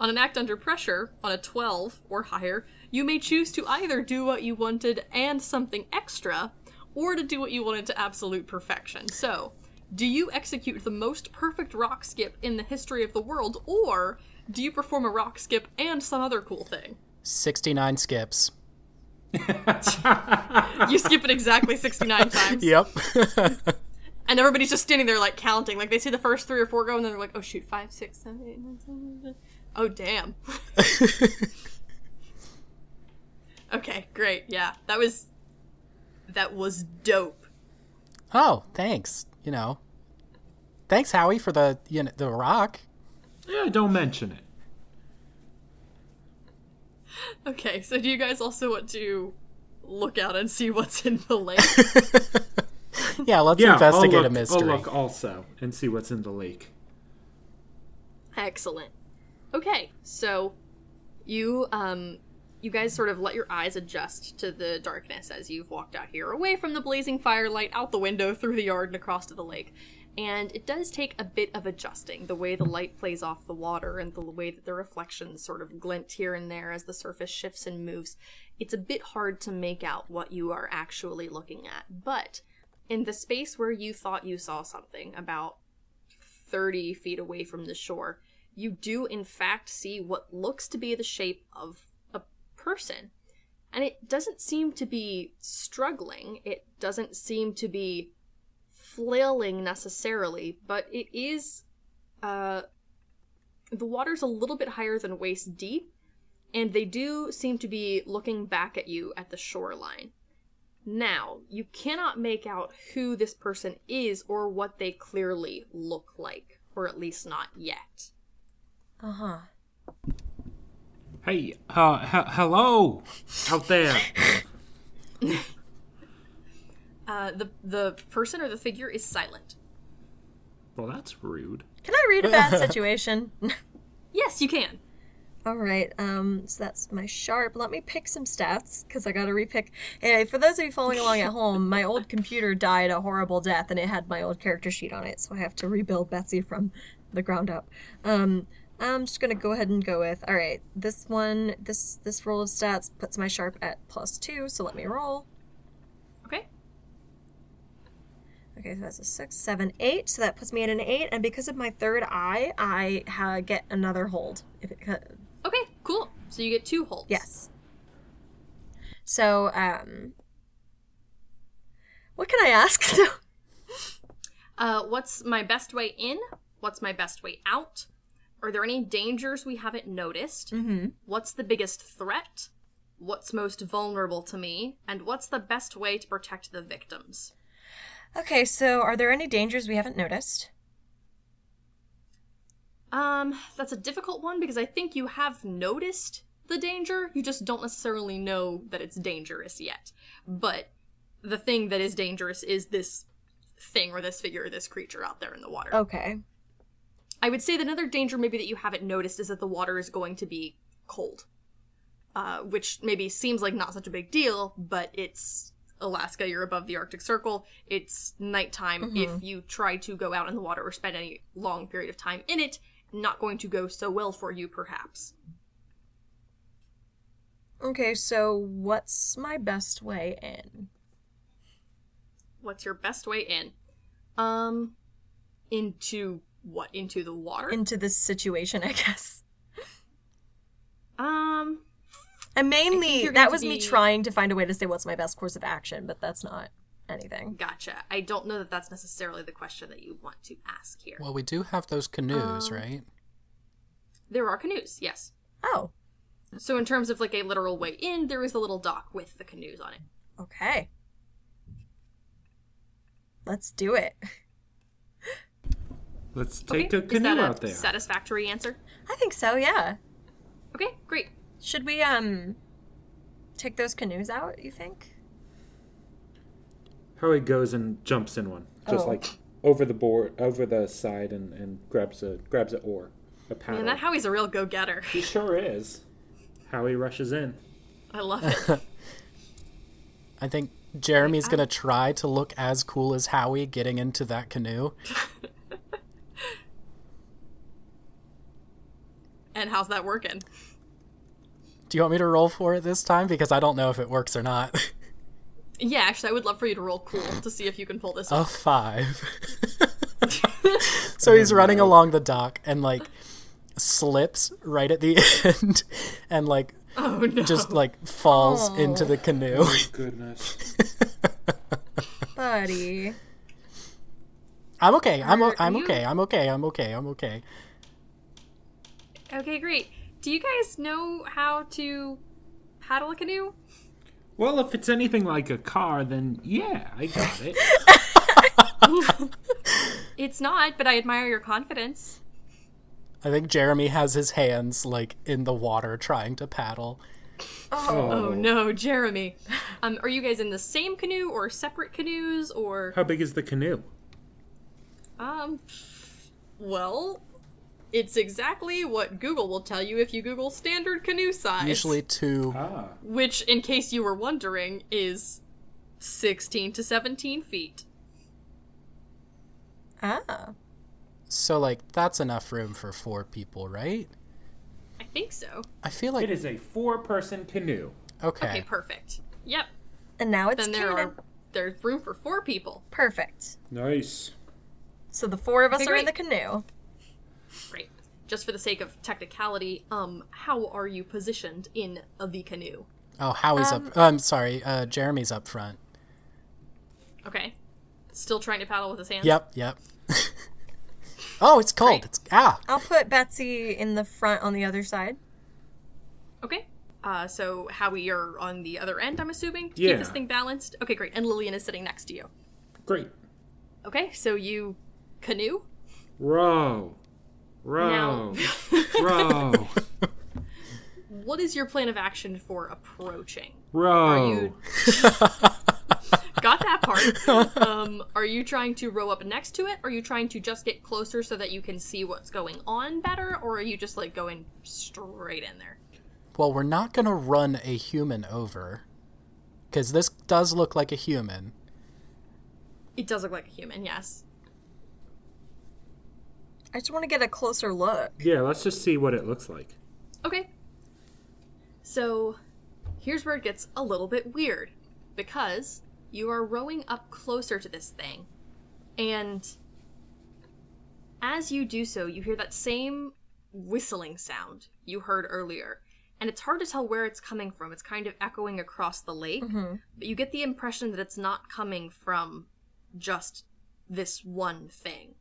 on an act under pressure, on a 12 or higher, you may choose to either do what you wanted and something extra, or to do what you wanted to absolute perfection. So, do you execute the most perfect rock skip in the history of the world, or do you perform a rock skip and some other cool thing? Sixty nine skips. You skip it exactly 69 times. Yep. And everybody's just standing there, like, counting. Like, they see the first three or four go, and then they're like, oh, shoot, five, six, seven, eight, nine, ten, eleven." Oh, damn. Okay, great. Yeah, that was that was dope. oh, thanks. You know, thanks Howie for the you know the rock. Yeah, don't mention it. Okay, so do you guys also want to look out and see what's in the lake. Yeah, let's Yeah, investigate I'll look, a mystery. I'll look also and see what's in the lake. Excellent. Okay, so you um you guys sort of let your eyes adjust to the darkness as you've walked out here, away from the blazing firelight, out the window, through the yard, and across to the lake. And it does take a bit of adjusting, the way the light plays off the water and the way that the reflections sort of glint here and there as the surface shifts and moves. It's a bit hard to make out what you are actually looking at. But in the space where you thought you saw something, about 30 feet away from the shore, you do in fact see what looks to be the shape of a person. And it doesn't seem to be struggling, it doesn't seem to be flailing necessarily, but it is. Uh, the water's a little bit higher than waist deep, and they do seem to be looking back at you at the shoreline. Now, you cannot make out who this person is or what they clearly look like, or at least not yet. Uh huh. Hey, uh, he- hello out there. Uh, the the person or the figure is silent. well, that's rude. Can I read a bad situation? Yes, you can. All right, um, so that's my sharp. Let me pick some stats because I got to repick. Anyway, for those of you following along at home, my old computer died a horrible death, and it had my old character sheet on it, so I have to rebuild Betsy from the ground up. Um, I'm just gonna go ahead and go with. All right, this one, this this roll of stats puts my sharp at plus two. So let me roll. Okay. Okay, so that's a six, seven, eight. So that puts me at an eight, and because of my third eye, I ha- get another hold. If it co- Okay. Cool. So you get two holds. Yes. So, um, what can I ask? Uh, what's my best way in? What's my best way out? Are there any dangers we haven't noticed? mm-hmm. What's the biggest threat? What's most vulnerable to me? And what's the best way to protect the victims? Okay, so are there any dangers we haven't noticed? Um, that's a difficult one because I think you have noticed the danger. You just don't necessarily know that it's dangerous yet. But the thing that is dangerous is this thing or this figure or this creature out there in the water. Okay. I would say that another danger maybe that you haven't noticed is that the water is going to be cold. Uh, which maybe seems like not such a big deal, but it's Alaska, you're above the Arctic Circle. It's nighttime. If you try to go out in the water or spend any long period of time in it, not going to go so well for you, perhaps. Okay, so what's my best way in? What's your best way in? Um, into what? Into the water? Into this situation, I guess. um, And think mainly, you're that going was to me be- trying to find a way to say what's my best course of action, but that's not anything. gotcha. I don't know that that's necessarily the question that you want to ask here. Well, we do have those canoes, Um, right? there are canoes, yes. Oh, So in terms of like a literal way in, there is a little dock with the canoes on it. okay. Let's do it. Let's take a Okay, is canoe that a out there. Satisfactory answer. I think so, yeah. Okay, great. Should we um take those canoes out, you think? Howie goes and jumps in one, just Oh. like over the board, over the side, and, and grabs a grabs an oar, a paddle. And that Howie's a real go-getter. he sure is. Howie rushes in. I love it. I think Jeremy's gonna try to look as cool as Howie getting into that canoe. and how's that working? Do you want me to roll for it this time? Because I don't know if it works or not. Yeah, actually, I would love for you to roll cool to see if you can pull Oh, this A off. five. so Oh, he's running along the dock and like slips right at the end and like Oh no! just like falls Oh. into the canoe. Goodness. Buddy. I'm okay. I'm o- Are I'm you- okay. I'm okay. I'm okay. I'm okay. okay, great. Do you guys know how to paddle a canoe? Well, if it's anything like a car, then yeah, I got it. It's not, but I admire your confidence. I think Jeremy has his hands like in the water trying to paddle. Oh, no, Jeremy. Um, are you guys in the same canoe or separate canoes or How big is the canoe? um well, it's exactly what Google will tell you if you Google standard canoe size. Usually two. Ah. which in case you were wondering is 16 to 17 feet. Ah. So like that's enough room for four people, right? I think so. I feel like It is a four person canoe. okay. Okay, perfect. Yep. And now it's Then there Kaden. are there's room for four people. Perfect. Nice. So the four of us Okay, are in the great. canoe. Great. Just for the sake of technicality, um, how are you positioned in the canoe? oh, Howie's up. Um, I'm sorry. Uh, Jeremy's up front. Okay. Still trying to paddle with his hands. Yep. Yep. oh, it's cold. Great. It's ah. I'll put Betsy in the front on the other side. Okay. Uh, so Howie, you're on the other end, I'm assuming, to Yeah. keep this thing balanced. Okay, great. And Lillian is sitting next to you. Great. Okay, so you canoe. Row. Row. Row. What is your plan of action for approaching? Row. you- Got that part. um, are you trying to row up next to it? Are you trying to just get closer so that you can see what's going on better? Or are you just like going straight in there? Well, we're not gonna run a human over, because this does look like a human. It does look like a human, yes. I just want to get a closer look. Yeah, let's just see what it looks like. Okay. So here's where it gets a little bit weird because you are rowing up closer to this thing. And as you do so, you hear that same whistling sound you heard earlier. And it's hard to tell where it's coming from. It's kind of echoing across the lake, but you get the impression that it's not coming from just this one thing.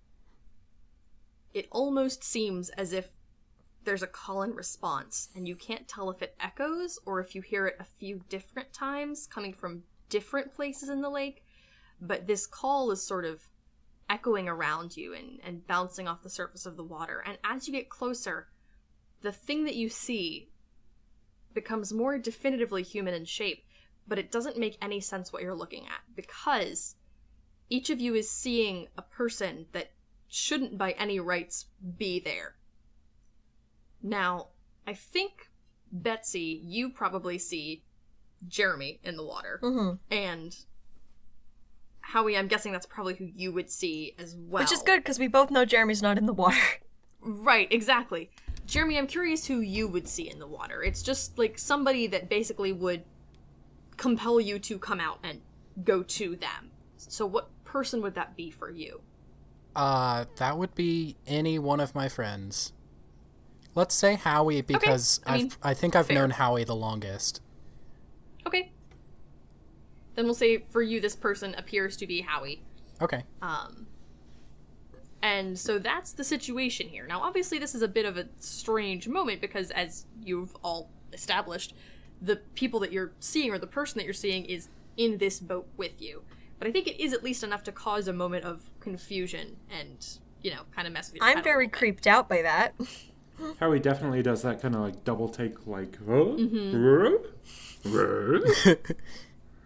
It almost seems as if there's a call and response, and you can't tell if it echoes or if you hear it a few different times coming from different places in the lake. But this call is sort of echoing around you and, and bouncing off the surface of the water. And as you get closer, the thing that you see becomes more definitively human in shape, but it doesn't make any sense what you're looking at because each of you is seeing a person that shouldn't by any rights be there. Now, I think Betsy, you probably see Jeremy in the water, Mm-hmm. and Howie. I'm guessing that's probably who you would see as well, Which is good because we both know Jeremy's not in the water. Right, exactly. Jeremy, I'm curious who you would see in the water. It's just like somebody that basically would compel you to come out and go to them. So, what person would that be for you? Uh, that would be any one of my friends. Let's say Howie because I I have mean, I think I've fair. known Howie the longest. Okay. Then we'll say for you, this person appears to be Howie. Okay. And so that's the situation here. Now, obviously, this is a bit of a strange moment because, as you've all established, the people that you're seeing or the person that you're seeing is in this boat with you. But I think it is at least enough to cause a moment of confusion and, you know, kind of mess with your I'm head a very little bit. creeped out by that. Howie definitely does that kind of like double take, like, huh? Mm-hmm. Row? Row?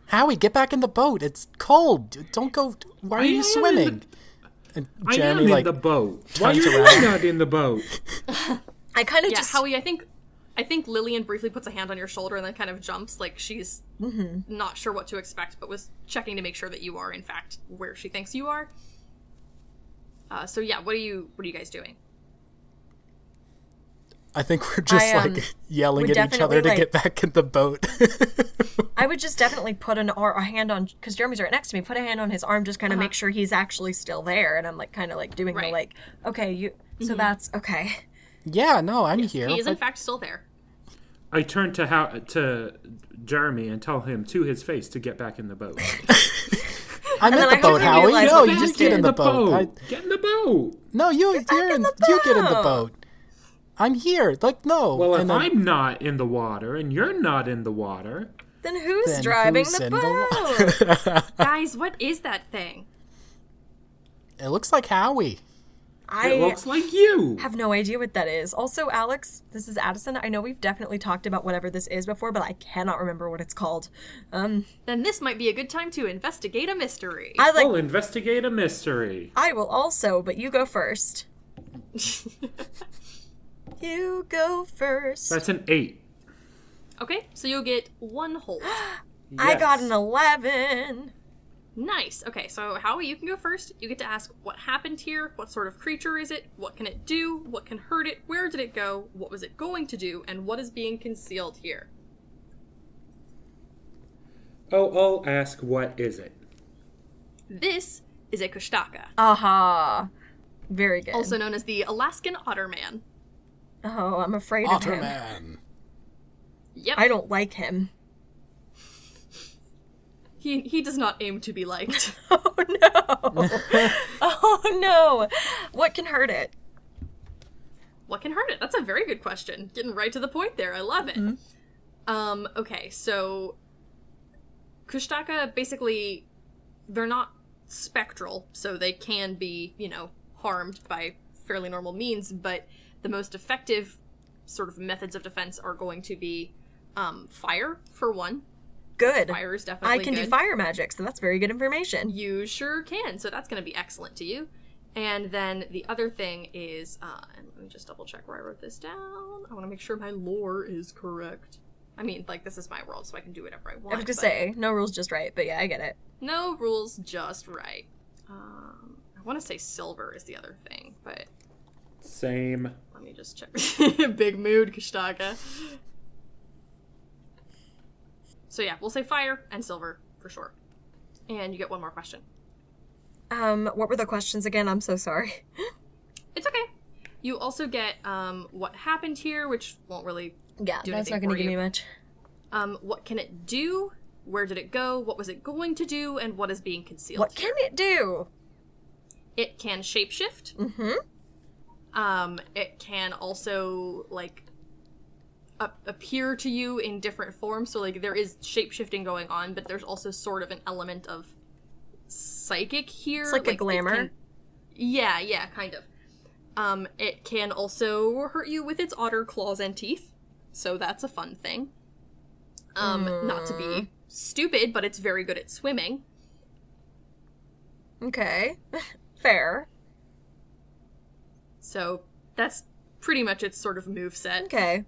Howie, get back in the boat. It's cold. D- Don't go. Why are am you in swimming? And I am Jeremy in like the boat. Why are turns you around. not in the boat? I kind of Yeah, just. Howie, I think. I think Lillian briefly puts a hand on your shoulder and then kind of jumps, like she's Mm-hmm. not sure what to expect, but was checking to make sure that you are, in fact, where she thinks you are. Uh, so yeah, what are you? What are you guys doing? I think we're just I, um, like yelling would at each other definitely, to get back in the boat. I would just definitely put an ar- a hand on because Jeremy's right next to me. Put a hand on his arm, just kind of make sure he's actually still there. And I'm like, kind of like doing the Uh-huh. Right. Mm-hmm. like, okay, you. So that's okay. yeah, no, I'm here. He is, in but- fact, still there. I turn to how to Jeremy and tell him to his face to get back in the boat. I'm in then the I boat, hope you Howie. realize No, what you you just did. get in the boat. I- Get in the boat. no, you you're in, you get in the boat. I'm here. Like no. Well, if and then I'm not in the water and you're not in the water, Then who's then driving who's the in boat? the wa- Guys, what is that thing? it looks like Howie. I It looks like you. have no idea what that is. Also, Alex, this is Addison. I know we've definitely talked about whatever this is before, but I cannot remember what it's called. Um, Then this might be a good time to investigate a mystery. I like. We'll investigate a mystery. I will also, but you go first. you go first. That's an eight. Okay, so you'll get one hold. I got Yes. an eleven. Nice. Okay, so Howie, you can go first. You get to ask what happened here, what sort of creature is it, what can it do, what can hurt it, where did it go, what was it going to do, and what is being concealed here. Oh, I'll ask what is it? This is a Kushtaka, Aha. Very good. also known as the Alaskan Otterman. oh, I'm afraid of him. Otterman. Yep. I don't like him. He he does not aim to be liked. Oh no. oh no. What can hurt it? what can hurt it? That's a very good question. Getting right to the point there. I love it. Mm-hmm. Um, okay, so Kushtaka basically they're not spectral, so they can be, you know, harmed by fairly normal means, but the most effective sort of methods of defense are going to be um, fire for one. Good. Fire is definitely I can good. do fire magic, so that's very good information. You sure can. So that's going to be excellent to you. And then the other thing is, uh, and let me just double check where I wrote this down. I want to make sure my lore is correct. I mean, like this is my world, so I can do whatever I want. I was gonna but say, no rules, just right. But yeah, I get it. no rules, just right. Um, I want to say silver is the other thing, but Same. let me just check. Big mood, Kashtaka. So yeah, we'll say fire and silver for sure. And you get one more question. Um, what were the questions again? I'm so sorry. It's okay. You also get um, what happened here, which won't really. Yeah, Do that's anything not gonna for give you. me much. Um, what can it do? Where did it go? What was it going to do? And what is being concealed? What can it do? It can shapeshift. Mhm. Um, it can also like ap- appear to you in different forms. So like there is shapeshifting going on, but there's also sort of an element of psychic here. It's like a it glamour? can- yeah, yeah, kind of. Um, it can also hurt you with its otter claws and teeth, so that's a fun thing. Um, Mm. not to be stupid, but it's very good at swimming. Okay. Fair. So that's pretty much its sort of move set. Okay.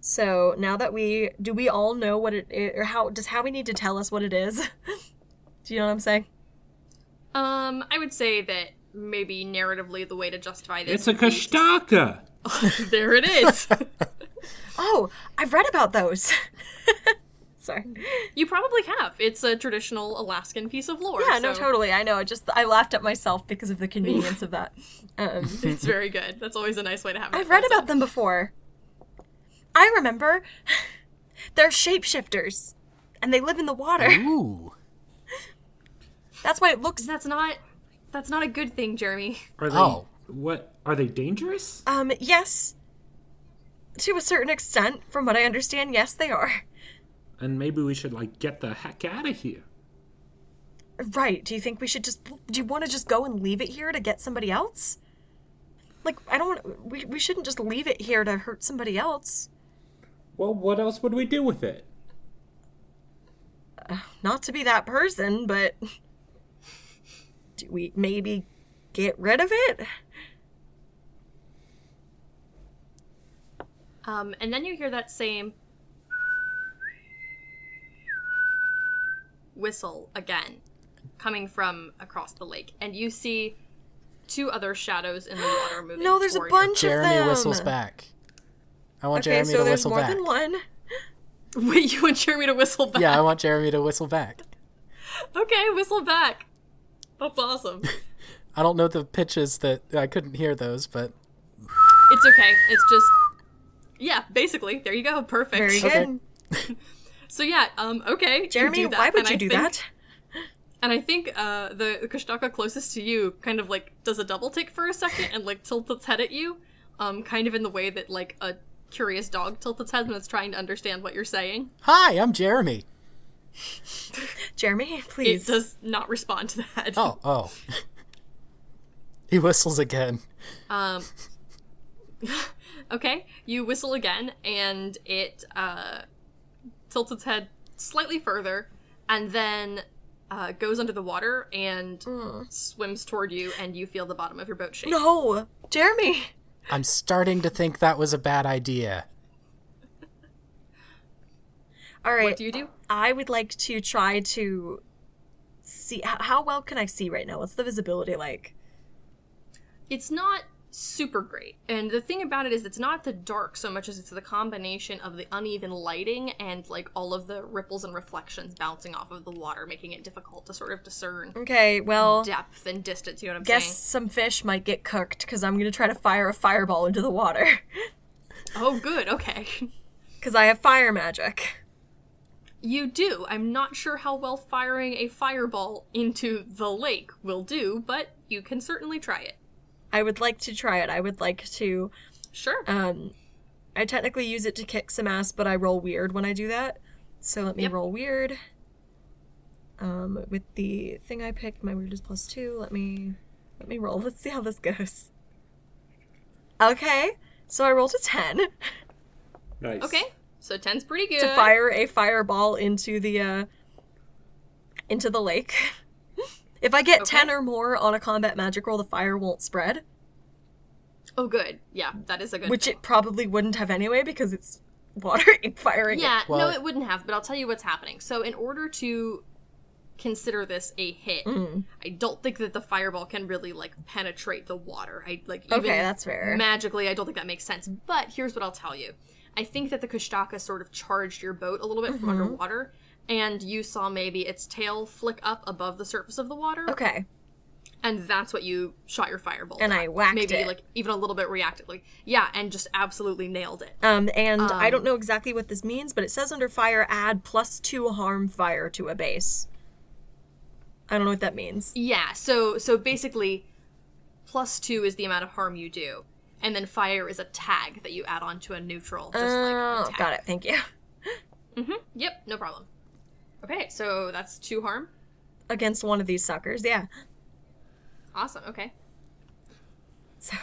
So now that we do, we all know what it is, or how does Howie need to tell us what it is? do you know what I'm saying? Um, I would say that maybe narratively the way to justify this. It's a would be to- Kashtaka. there it is. Oh, I've read about those. Sorry. you probably have. It's a traditional Alaskan piece of lore. Yeah, no, so totally. I know. I just I laughed at myself because of the convenience of that. Um, It's very good. That's always a nice way to have it. I've read about them before. I remember. They're shapeshifters, and they live in the Mm-hmm. water. Ooh. That's why it looks. That's not. That's not a good thing, Jeremy. Are they Oh. what are they dangerous? Um, yes. To a certain extent, from what I understand, yes, they are. And maybe we should like get the heck out of here. Right. Do you think we should just do you want to just go and leave it here to get somebody else? Like I don't want we we shouldn't just leave it here to hurt somebody else. Well, what else would we do with it? Not to be that person, but do we maybe get rid of it? Um, and then you hear that same whistle again coming from across the lake, and you see two other shadows in the water moving. No, there's a toward you. bunch of Jeremy them. whistles back. I want Okay, Jeremy so to there's whistle more back. than one. Wait, you want Jeremy to whistle back? Yeah, I want Jeremy to whistle back. Okay, whistle back. That's awesome. I don't know the pitches that I couldn't hear those, but it's okay. It's just yeah, basically. There you go. Perfect. Very Okay. good. So yeah, um okay. you Jeremy, do that, why would and you I do think- that? And I think uh, the the Kushtaka closest to you kind of like does a double take for a second and like tilts its head at you, um, kind of in the way that like a curious dog tilts its head when it's trying to understand what you're saying. hi, I'm Jeremy. Jeremy, It please. Oh. does not respond to that. Oh, oh, He whistles again. Um, okay, you whistle again, and it uh, tilts its head slightly further, and then uh, goes under the water and swims toward you, and you feel the bottom of your boat shake. Mm. No, Jeremy. I'm starting to think that was a bad idea. All right. What do you do? I would like to try to see how, how well can I see right now? What's the visibility like? it's not super great. And the thing about it is it's not the dark so much as it's the combination of the uneven lighting and like all of the ripples and reflections bouncing off of the water making it difficult to sort of discern Okay, well, depth and distance, you know what I'm Mm. guess some fish might get cooked because I'm gonna try to fire a fireball into the water saying? Oh good, okay. because I have fire magic. You do. I'm not sure how well firing a fireball into the lake will do, but you can certainly try it. I would like to try it. I would like to. Sure. Um, I technically use it to kick some ass, but I roll weird when I do that. So let me Yep. roll weird. Um, with the thing I picked, my weird is plus two. Let me let me roll. Let's see how this goes. Okay, so I rolled a ten Nice. okay. So 10's pretty good. to fire a fireball into the uh, into the lake. if I get ten Okay. or more on a combat magic roll, the fire won't spread. Oh good. Yeah, that is a good which it probably wouldn't have anyway because it's water firing. it. Yeah, Well- no, it wouldn't have, but I'll tell you what's happening. So, in order to consider this a hit, Mm. I don't think that the fireball can really like penetrate the water. I like even Okay, that's fair. magically, I don't think that makes sense. But here's what I'll tell you: I think that the Kushtaka sort of charged your boat a little bit Mm-hmm. from underwater, and you saw maybe its tail flick up above the surface of the water, Okay. and that's what you shot your fireball. And at. I whacked maybe it. like even a little bit reactively. Yeah, and just absolutely nailed it. Um, and I don't know exactly what this means, but it says under fire, add plus two harm fire to a base. I don't know what that means. Yeah, so so basically plus 2 is the amount of harm you do. And then fire is a tag that you add on to a neutral just oh, like a tag. got it. Thank you. Yep, no problem. Okay, so that's 2 harm. Against one of these suckers, yeah. Awesome. Okay.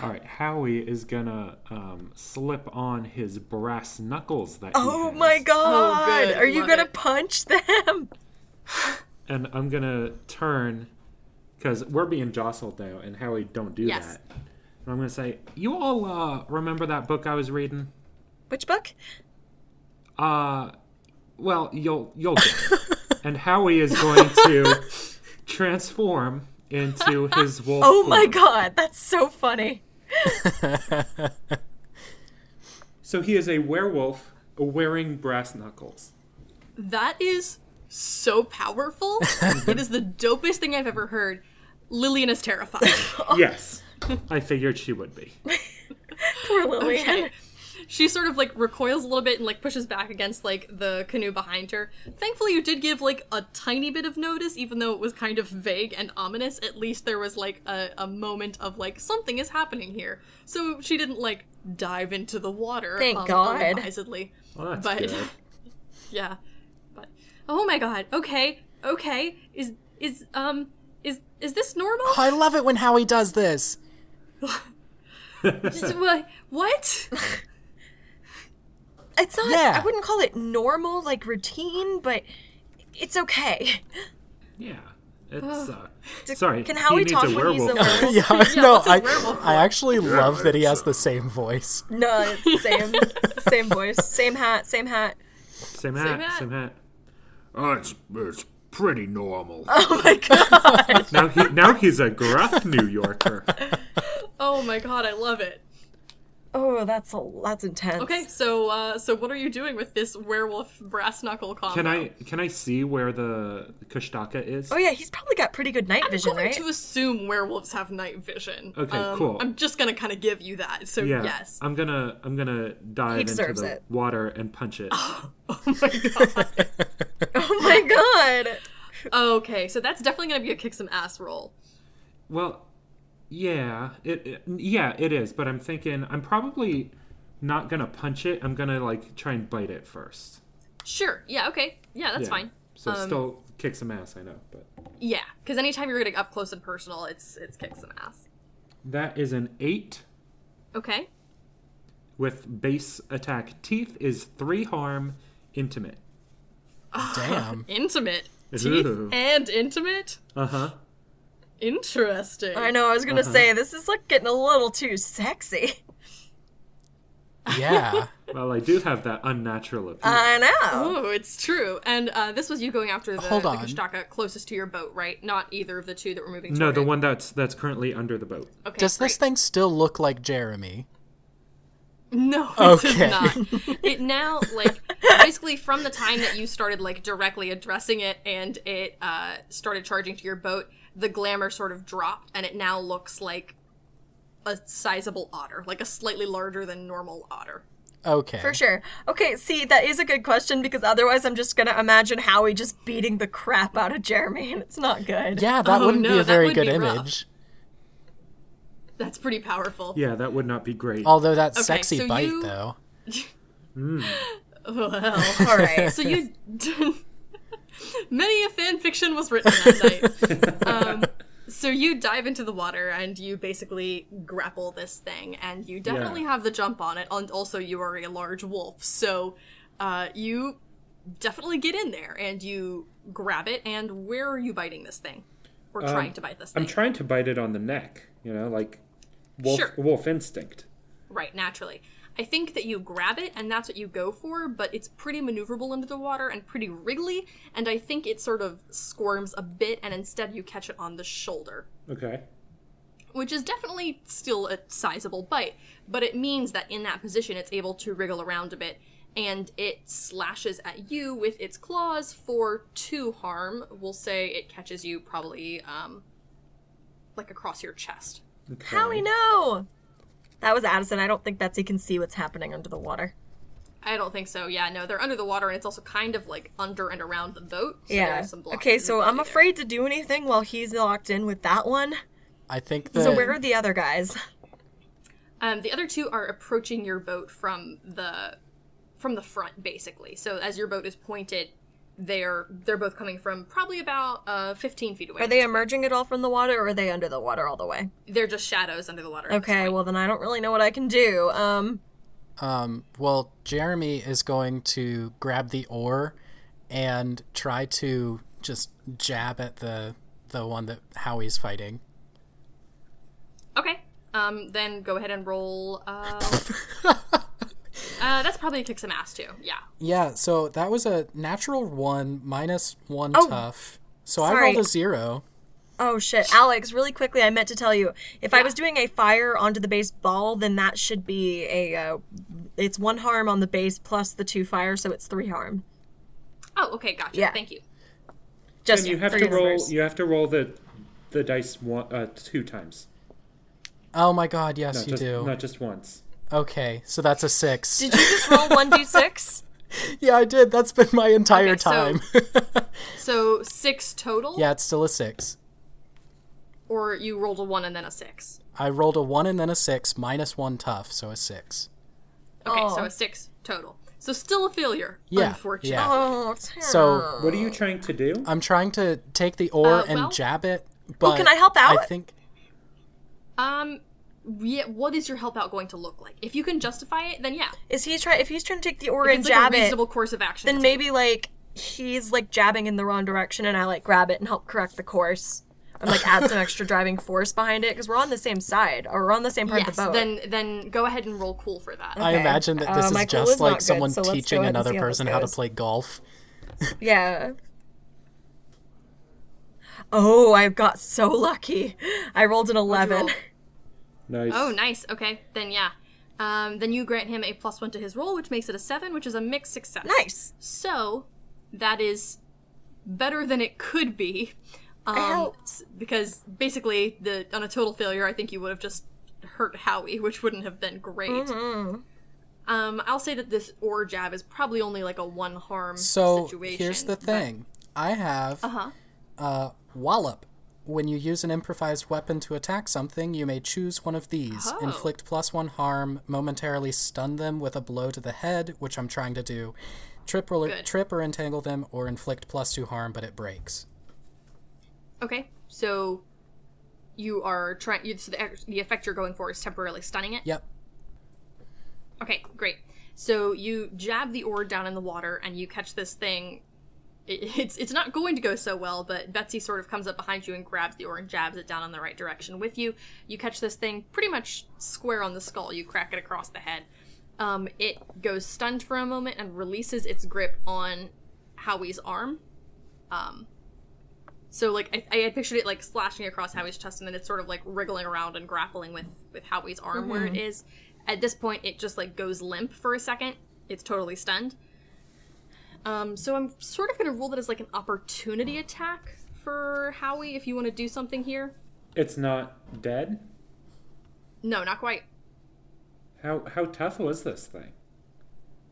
All right. Howie is gonna um, slip on his brass knuckles that. he Oh has, my god! good, Are you love gonna it. punch them? And I'm gonna turn, because we're being jostled now, and Howie don't do Yes. that. And I'm gonna say, you all uh, remember that book I was reading? Which book? Uh, well, you'll you'll get it. and Howie is going to transform into his wolf. Hmm. Oh my form. god, that's so funny. So he is a werewolf wearing brass knuckles. That is so powerful. it is the dopest thing I've ever heard. Lillian is terrified. Yes, I figured she would be. Poor Lillian. she sort of like recoils a little bit and like pushes back against like the canoe behind her. Thankfully, you did give like a tiny bit of notice, even though it was kind of vague and ominous. At least there was like a, a moment of like something is happening here, so she didn't like dive into the water. Thank God. unadvisedly. Well, that's But- good. Yeah, but oh my god. Okay, okay. Is is um is is this normal? I love it when Howie does this. Is- wha- what? It's not. Yeah. I wouldn't call it normal, like routine, but it's okay. Yeah, it's. Uh, sorry. Can he Howie needs talk a when he's a werewolf. werewolf? yeah, no, what's his I, werewolf I actually love that he has the same voice. No, it's the same, it's the same voice, same hat, same hat. Same hat. Same hat. hat. Oh, it's, it's pretty normal. Now he now he's a gruff New Yorker. Oh my god, I love it. Oh, that's a that's intense. Okay, so uh, so what are you doing with this werewolf brass knuckle combo? Can I can I see where the Kushtaka is? Oh yeah, he's probably got pretty good night vision, going right? to assume werewolves have night vision. Okay, Um, cool. I'm just gonna kind of give you that. So yeah. Uh, yes. I'm gonna I'm gonna dive He into deserves the it. water and punch it. oh my god. Okay, so that's definitely gonna be a kick some ass roll. Well, yeah, it, it- yeah it is. But I'm thinking I'm probably not gonna punch it. I'm gonna like try and bite it first. Sure. Yeah. Okay. Yeah, that's Yeah. fine. So Um, still kick some ass, I know. But Yeah, because anytime you're getting up close and personal, it's it's kick some ass. That is an eight Okay. with base attack. Teeth is three harm, intimate. Damn. Intimate. Teeth Ooh. and intimate? Uh huh. Interesting. I know. I was gonna say this is like getting a little too sexy. Yeah. Well, I do have that unnatural appeal. I know. Oh, it's true. And uh, this was you going after the, Hold the on. Kashtaka closest to your boat, right? Not either of the two that were moving no, toward the it. one that's that's currently under the boat. Okay, Does this great. thing still look like Jeremy? No, it Okay. does not. It now, like, basically from the time that you started, like, directly addressing it and it uh, started charging to your boat, the glamour sort of dropped and it now looks like a sizable otter, like a slightly larger than normal otter. Okay. For sure. Okay, see, that is a good question because otherwise I'm just gonna imagine Howie just beating the crap out of Jeremy and it's not good. Yeah, that Oh, wouldn't no, be a that very would good be rough. image. That's pretty powerful. Yeah, that would not be great. Although that sexy so bite, you- though. Well, All right. so you many a fan fiction was written that night um, so you dive into the water and you basically grapple this thing and you definitely Yeah. have the jump on it and also you are a large wolf so uh, you definitely get in there and you grab it and where are you biting this thing or trying to bite this thing Um, I'm trying to bite it on the neck. You know, like wolf Sure. wolf instinct. Right, naturally. I think that you grab it and that's what you go for, but it's pretty maneuverable into the water and pretty wriggly, and I think it sort of squirms a bit and instead you catch it on the shoulder, Okay. which is definitely still a sizable bite, but it means that in that position it's able to wriggle around a bit and it slashes at you with its claws for two harm. We'll say it catches you probably um like across your chest. okay. Howie, no! That was Addison. I don't think Betsy can see what's happening under the water. I don't think so. Yeah, no, they're under the water, and it's also kind of like under and around the boat. So yeah. There's some blockage Okay, so ability I'm there. afraid to do anything while he's locked in with that one. I think that. So where are the other guys? Um, the other two are approaching your boat from the from the front, basically. So as your boat is pointed, they're they're both coming from probably about uh, 15 feet away. Are they emerging at all from the water or are they under the water all the way? They're just shadows under the water. at this Okay, point. well then I don't really know what I can do. Um Um, well, Jeremy is going to grab the oar and try to just jab at the the one that Howie's fighting. Okay. Um, then go ahead and roll. Uh, uh, that's probably kick some ass too. Yeah. Yeah, so that was a natural one minus one Oh, tough. So I sorry. rolled a zero. Oh shit, Alex! Really quickly, I meant to tell you. If I was doing a fire onto the base ball, then that should be a. Uh, it's one harm on the base plus the two fire, so it's three harm. Oh, okay. Gotcha. Yeah. Thank you. Just And you have for to your roll. numbers. You have to roll the the dice one uh, two times. Oh my god, yes, Not you just, do. Not just once. Okay, so that's a six. Did you just roll one d six? yeah, I did. That's been my entire Okay, so- time. So six total. yeah, it's still a six. Or you rolled a one and then a six. I rolled a one and then a six minus one tough, so a six. Okay, Oh. so a six total. So still a failure. Yeah, Unfortunately. yeah. Oh, So- What are Oh. you trying to do? I'm trying to take the oar Uh, well- and jab it, but can I help I out? think Um yeah, what is your help out going to look like? If you can justify it, then yeah. is he trying? If he's trying to take the oar If and it's jab like a it, reasonable course of action. then to maybe like he's like jabbing in the wrong direction, and I like grab it and help correct the course, and like add some extra driving force behind it because we're on the same side or we're on the same take. part of yes, the boat. then then go ahead and roll cool for that. I Okay. imagine that this Uh, my is goal just is not like good, someone so let's go teaching ahead and another see how this person how to goes. play golf. Yeah. Oh, I got so lucky. I rolled an 11. roll? nice. Oh, nice. Okay, then yeah. Um, then you grant him a plus one to his roll, which makes it a seven, which is a mixed success. Nice. So that is better than it could be. Um, helped. s- because basically, the on a total failure, I think you would have just hurt Howie, which wouldn't have been great. Mm-hmm. Um, I'll say that this or jab is probably only like a one harm So situation. here's the but- thing: I have Uh-huh. uh, wallop. When you use an improvised weapon to attack something, you may choose one of these: Oh. inflict plus one harm, momentarily stun them with a blow to the head, which I'm trying to do, trip or Good. trip or entangle them, or inflict plus two harm, but it breaks. Okay, so you are trying. you- So the, ex- the effect you're going for is temporarily stunning it. Yep. Okay, great. So you jab the oar down in the water and you catch this thing. It- It's it's not going to go so well, but Betsy sort of comes up behind you and grabs the oar and jabs it down in the right direction with you. You catch this thing pretty much square on the skull. You crack it across the head. Um, it goes stunned for a moment and releases its grip on Howie's arm. Um, so like I, I had pictured it like slashing across Howie's chest, and then it's sort of like wriggling around and grappling with with Howie's arm where Mm-hmm. it is. At this point, it just like goes limp for a second. It's totally stunned. Um, so I'm sort of gonna rule that as like an opportunity attack for Howie if you want to do something here. It's not dead. No, not quite. How how tough was this thing?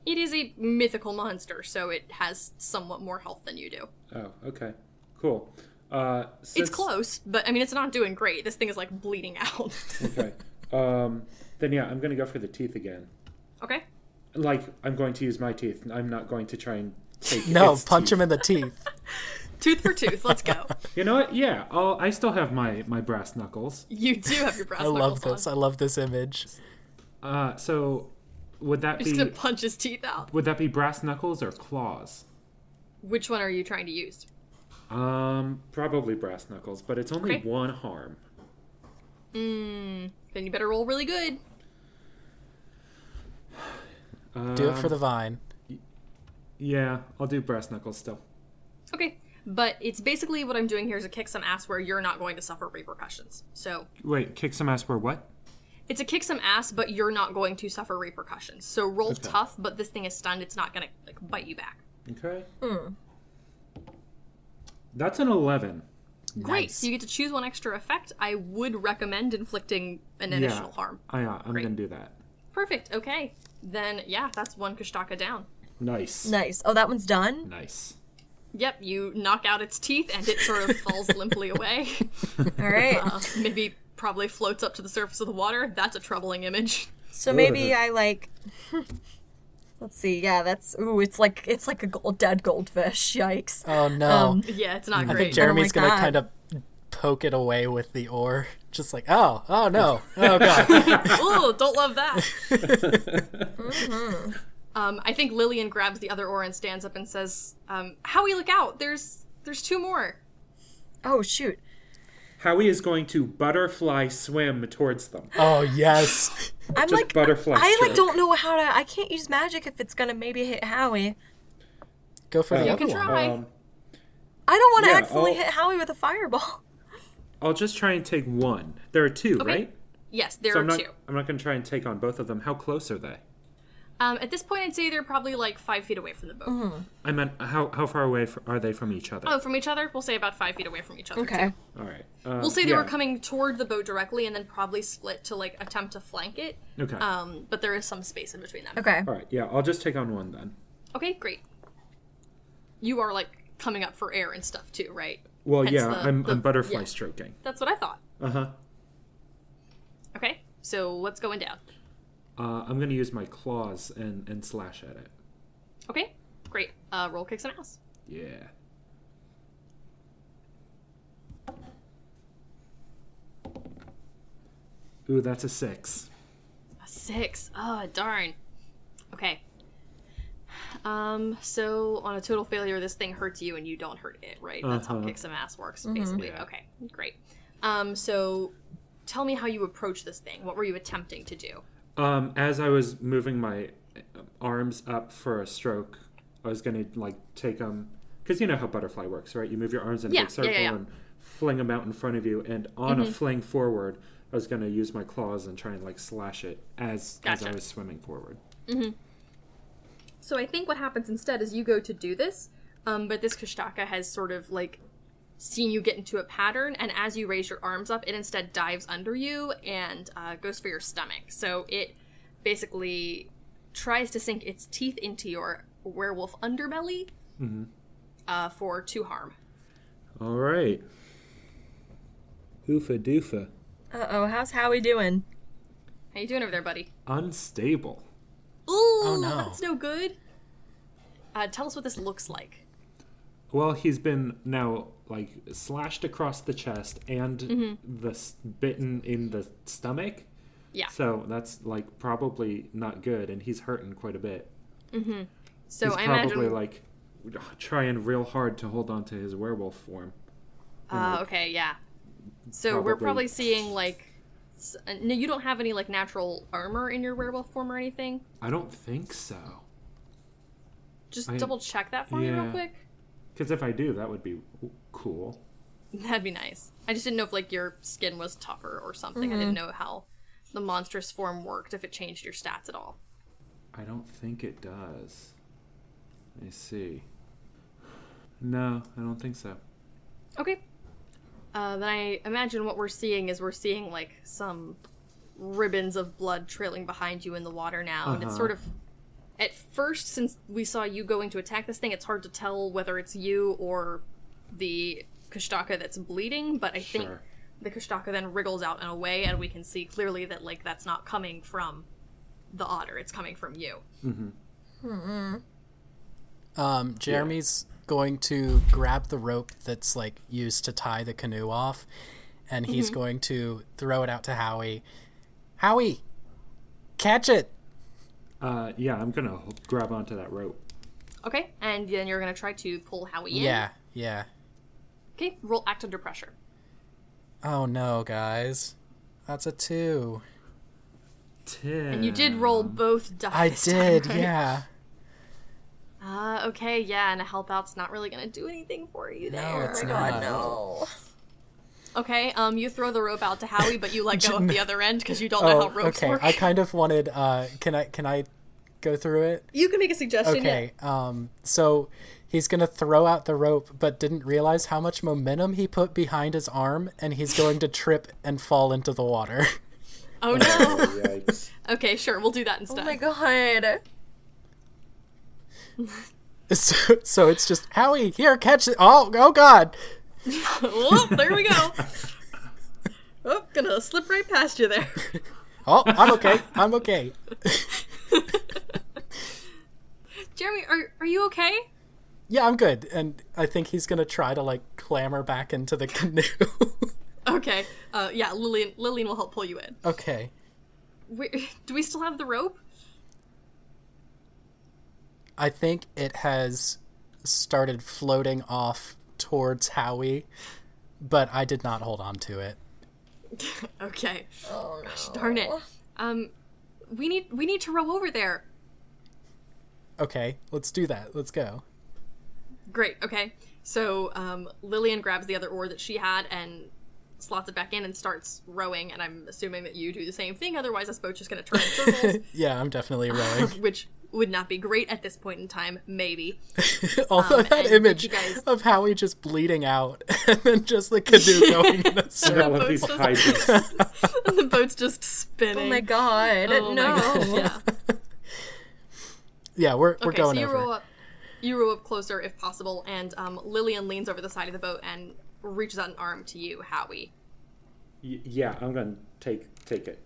It is a mythical monster, so it has somewhat more health than you do. Oh, okay, cool. Uh, It's since- close, but I mean it's not doing great. This thing is like bleeding out. Okay. Um, then yeah, I'm gonna go for the teeth again. okay. Like I'm going to use my teeth. I'm not going to try and take. No, its punch teeth. him in the teeth. Tooth for tooth, let's go. You know what? Yeah, I'll, I still have my my brass knuckles. You do have your brass I love knuckles on. this. I love this image. Uh, so would that He's be gonna punch his teeth out. would that be brass knuckles or claws? Which one are you trying to use? Um, probably brass knuckles, but it's only Okay. one harm. Then you better roll really good. Do it for the vine. Yeah, I'll do brass knuckles still. Okay. But it's basically what I'm doing here is a kick some ass where you're not going to suffer repercussions. So Wait, kick some ass for what? it's a kick some ass, but you're not going to suffer repercussions. So roll tough, but this thing is stunned. It's not gonna like bite you back. Okay. Hmm. That's an eleven. Great. Nice. So you get to choose one extra effect. I would recommend inflicting an additional harm. Oh, yeah, I'm Great. gonna do that. Perfect. Okay. Then yeah, that's one Kashtaka down. Nice. Nice. Oh, that one's done? Nice. Yep, you knock out its teeth and it sort of falls limply away. All right. Uh, maybe probably floats up to the surface of the water. That's a troubling image. So maybe I like. Let's see. Yeah, that's ooh. It's like it's like a gold, dead goldfish. Yikes. Oh no. Um, Yeah, it's not I great. think Jeremy's Oh my gonna God. kind of poke it away with the oar, just like oh, oh no, oh god. oh, don't love that. um, I think Lillian grabs the other oar and stands up and says, um, "Howie, look out! There's there's two more." Oh shoot. Howie is going to butterfly swim towards them. oh yes. I'm Just like butterfly I like stroke. don't know how to. I can't use magic if it's gonna maybe hit Howie. Go for the You other Uh, can one. try. Hi. Um, I don't want to Yeah, accidentally I'll- hit Howie with a fireball. I'll just try and take one. There are two, right? Yes, there So are I'm not. two. I'm not gonna try and take on both of them. How close are they? Um, at this point, I'd say they're probably like five feet away from the boat. I meant how how far away f are they from each other? Oh, from each other, we'll say about five feet away from each other. too. All right. Uh, We'll say they yeah. were coming toward the boat directly, and then probably split to like attempt to flank it. Okay. Um, but there is some space in between them. Okay. All right. Yeah, I'll just take on one then. Okay, great. You are like coming up for air and stuff too, right? Well, Hence yeah, the- I'm, the- I'm butterfly yeah. stroking. That's what I thought. Uh-huh. Okay, so what's going down? Uh, I'm gonna use my claws and and slash at it. Okay, great. Uh, roll kicks and ass. Yeah. Ooh, that's a six. A six. Oh darn. Okay. Um. So on a total failure, this thing hurts you and you don't hurt it, right? That's how Uh-huh. kicks and ass works, basically. Yeah. Okay, great. Um. So, tell me how you approach this thing. What were you attempting to do? Um, as I was moving my uh, arms up for a stroke, I was gonna like take them because you know how butterfly works, right? You move your arms in a Yeah, big yeah, yeah, circle yeah. Mm-hmm. and fling them out in front of you, and on a fling forward, I was gonna use my claws and try and like slash it as as I Gotcha. was swimming forward. So I think what happens instead is you go to do this, um, but this Kashtaka has sort of like seen you get into a pattern, and as you raise your arms up, it instead dives under you and uh, goes for your stomach. So it basically tries to sink its teeth into your werewolf underbelly uh, for two harm. All right. Oofa doofa. Uh oh. How's Howie doing? How you doing over there, buddy? Unstable. Ooh, oh no. that's no good. Uh, tell us what this looks like. Well, he's been now like slashed across the chest and the s- bitten in the stomach. Mm-hmm. Yeah. So that's like probably not good, and he's hurting quite a bit. So he's I probably imagine. like trying real hard to hold on to his werewolf form. uh, okay, yeah. So we're probably- probably seeing like. s- uh, No, you don't have any like natural armor in your werewolf form or anything. I don't think so. Just I- double check that for me real yeah. quick. Because if I do, that would be cool. That'd be nice. I just didn't know if like your skin was tougher or something. I didn't know how the monstrous form worked if it changed your stats at all. I don't think it does. I see. No, I don't think so. Okay. Uh, then I imagine what we're seeing is we're seeing like some ribbons of blood trailing behind you in the water now, and it's Uh-huh. sort of at first since we saw you going to attack this thing, it's hard to tell whether it's you or the Kashtaka that's bleeding, but I think Sure. the Kashtaka then wriggles out and away, and we can see clearly that like that's not coming from the otter; it's coming from you. Um, Jeremy's going to grab the rope that's like used to tie the canoe off, and he's Mm-hmm. going to throw it out to Howie. Howie, catch it! Uh, yeah, I'm gonna h- grab onto that rope. Okay, and then you're gonna try to pull Howie in. Yeah, yeah. Okay, roll act under pressure. Oh no, guys, that's a two. Ten. You did roll both dice. I this time, did, right? yeah. Uh, okay, yeah, and a help out's not really gonna do anything for you No, there. Oh, it's not. No. Okay, um, you throw the rope out to Howie, but you let go of the other end because you don't know Oh, how ropes okay. work. I kind of wanted. Uh, can I? Can I go through it? You can make a suggestion. Okay. Um. So he's gonna throw out the rope, but didn't realize how much momentum he put behind his arm, and he's going to trip and fall into the water. yeah. Oh no. Yikes. okay, sure, we'll do that instead. Oh my god. so, so it's just Howie here, catch it! Oh, oh God! Whoop, there we go. Oh, gonna slip right past you there. Oh, I'm okay. I'm okay. Jeremy, are are you okay? Yeah, I'm good. And I think he's gonna try to like clamber back into the canoe. Okay. Uh, yeah, Lillian Lillian will help pull you in. okay. We, do we still have the rope? I think it has started floating off towards Howie, but I did not hold on to it. Okay. Oh no. Darn it. Um, we need we need to row over there. Okay, let's do that. Let's go. Great. Okay. So um, Lillian grabs the other oar that she had and slots it back in and starts rowing. And I'm assuming that you do the same thing. Otherwise, this boat's just going to turn in circles, Yeah, I'm definitely rowing. which would not be great at this point in time. Maybe. Oh, Although that and image you guys- of Howie just bleeding out and then just the canoe going in a circle. All of these Boat's high jumps. And the boat's just spinning. Oh my god. Oh no. my gosh, yeah. Yeah, we're, we're Okay. going so you over. row up. You row up closer if possible, and um, Lillian leans over the side of the boat and reaches out an arm to you, Howie. Y- yeah, I'm gonna take take it.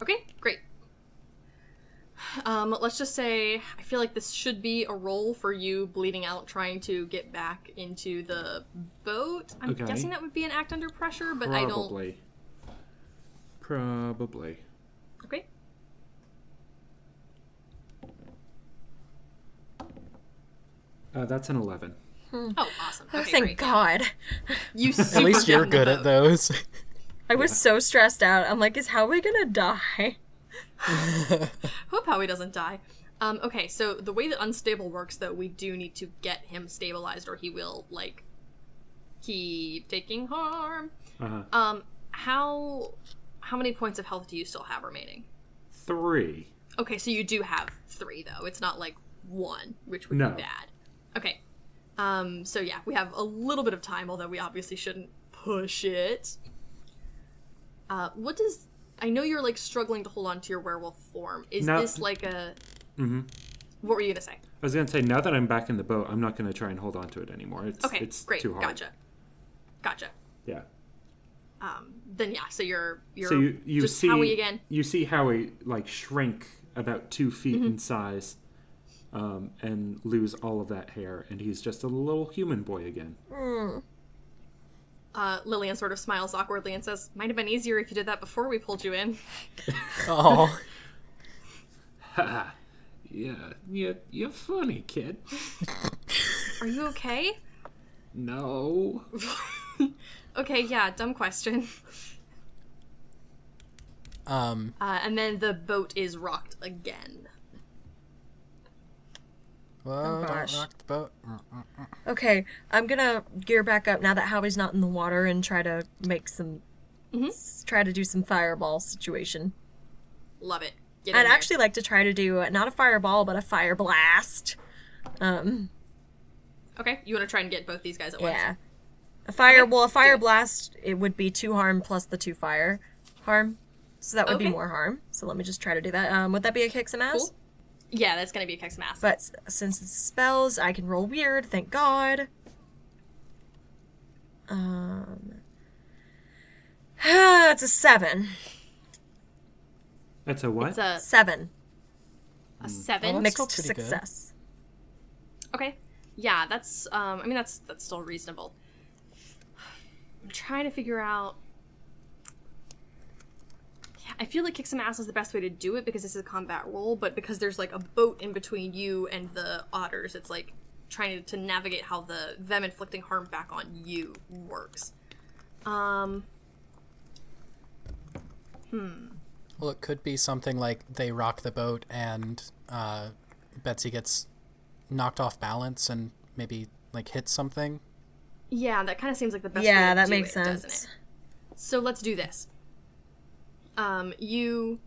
Okay, great. Um, let's just say I feel like this should be a roll for you bleeding out trying to get back into the boat. I'm Okay. guessing that would be an act under pressure, but I don't. Probably. Probably. Okay. Uh, that's an eleven. Oh, awesome. Okay, Thank great. god. You At least you're good at those. I was so stressed out. I'm like, is how we gonna die? Hope Howie doesn't die. Um, okay, so the way that unstable works, though, we do need to get him stabilized, or he will like keep taking harm. Uh-huh. Um, how how many points of health do you still have remaining? Three. Okay, so you do have three though. It's not like one, which would No. be bad. Okay. Um, so yeah, we have a little bit of time, although we obviously shouldn't push it. Uh, what does I know you're like struggling to hold on to your werewolf form. Is No. Mm-hmm. this like a What were you gonna say? I was gonna say now that I'm back in the boat, I'm not gonna try and hold on to it anymore. It's Okay, it's great, too hard. gotcha. Gotcha. Yeah. Then yeah, so you're you're So you you just see Howie again. Mm-hmm. you see Howie like shrink about two feet in size, um, and lose all of that hair, and he's just a little human boy again. Uh, Lillian sort of smiles awkwardly and says, Might have been easier if you did that before we pulled you in. Oh, Yeah, you, you're funny, kid. Are you okay? No. Okay, yeah, dumb question. um, Oh, Uh, and then the boat is rocked again. whoa, don't gosh. rock the boat. Okay, I'm gonna gear back up now that Howie's not in the water and try to make some, Mm-hmm. s- try to do some fireball situation. Love it. Get in I'd there. actually like to try to do uh, not a fireball but a fire blast. Um, Okay, you want to try and get both these guys at once? yeah, a fire. Okay, Well, a do fire it. blast it would be two harm plus the two fire harm, so that would be Okay. more harm. So let me just try to do that. Um, would that be a kick some ass? Cool. Yeah, that's going to be a Kex mask. But s- since it's spells, I can roll weird. Thank God. Um, it's a seven. That's a what? it's a, Seven. a seven. Oh, that's- Mixed still pretty good. success. Okay. Yeah, that's. Um, I mean, that's that's still reasonable. I'm trying to figure out. Yeah, I feel like kick some ass is the best way to do it because this is a combat roll, but because there's like a boat in between you and the otters, it's like trying to, to navigate how the them inflicting harm back on you works. Um, Well, it could be something like they rock the boat and uh, Betsy gets knocked off balance and maybe like hits something. yeah, that kind of seems like the best. way yeah, to that do makes it, doesn't it? sense. So let's do this. Um, you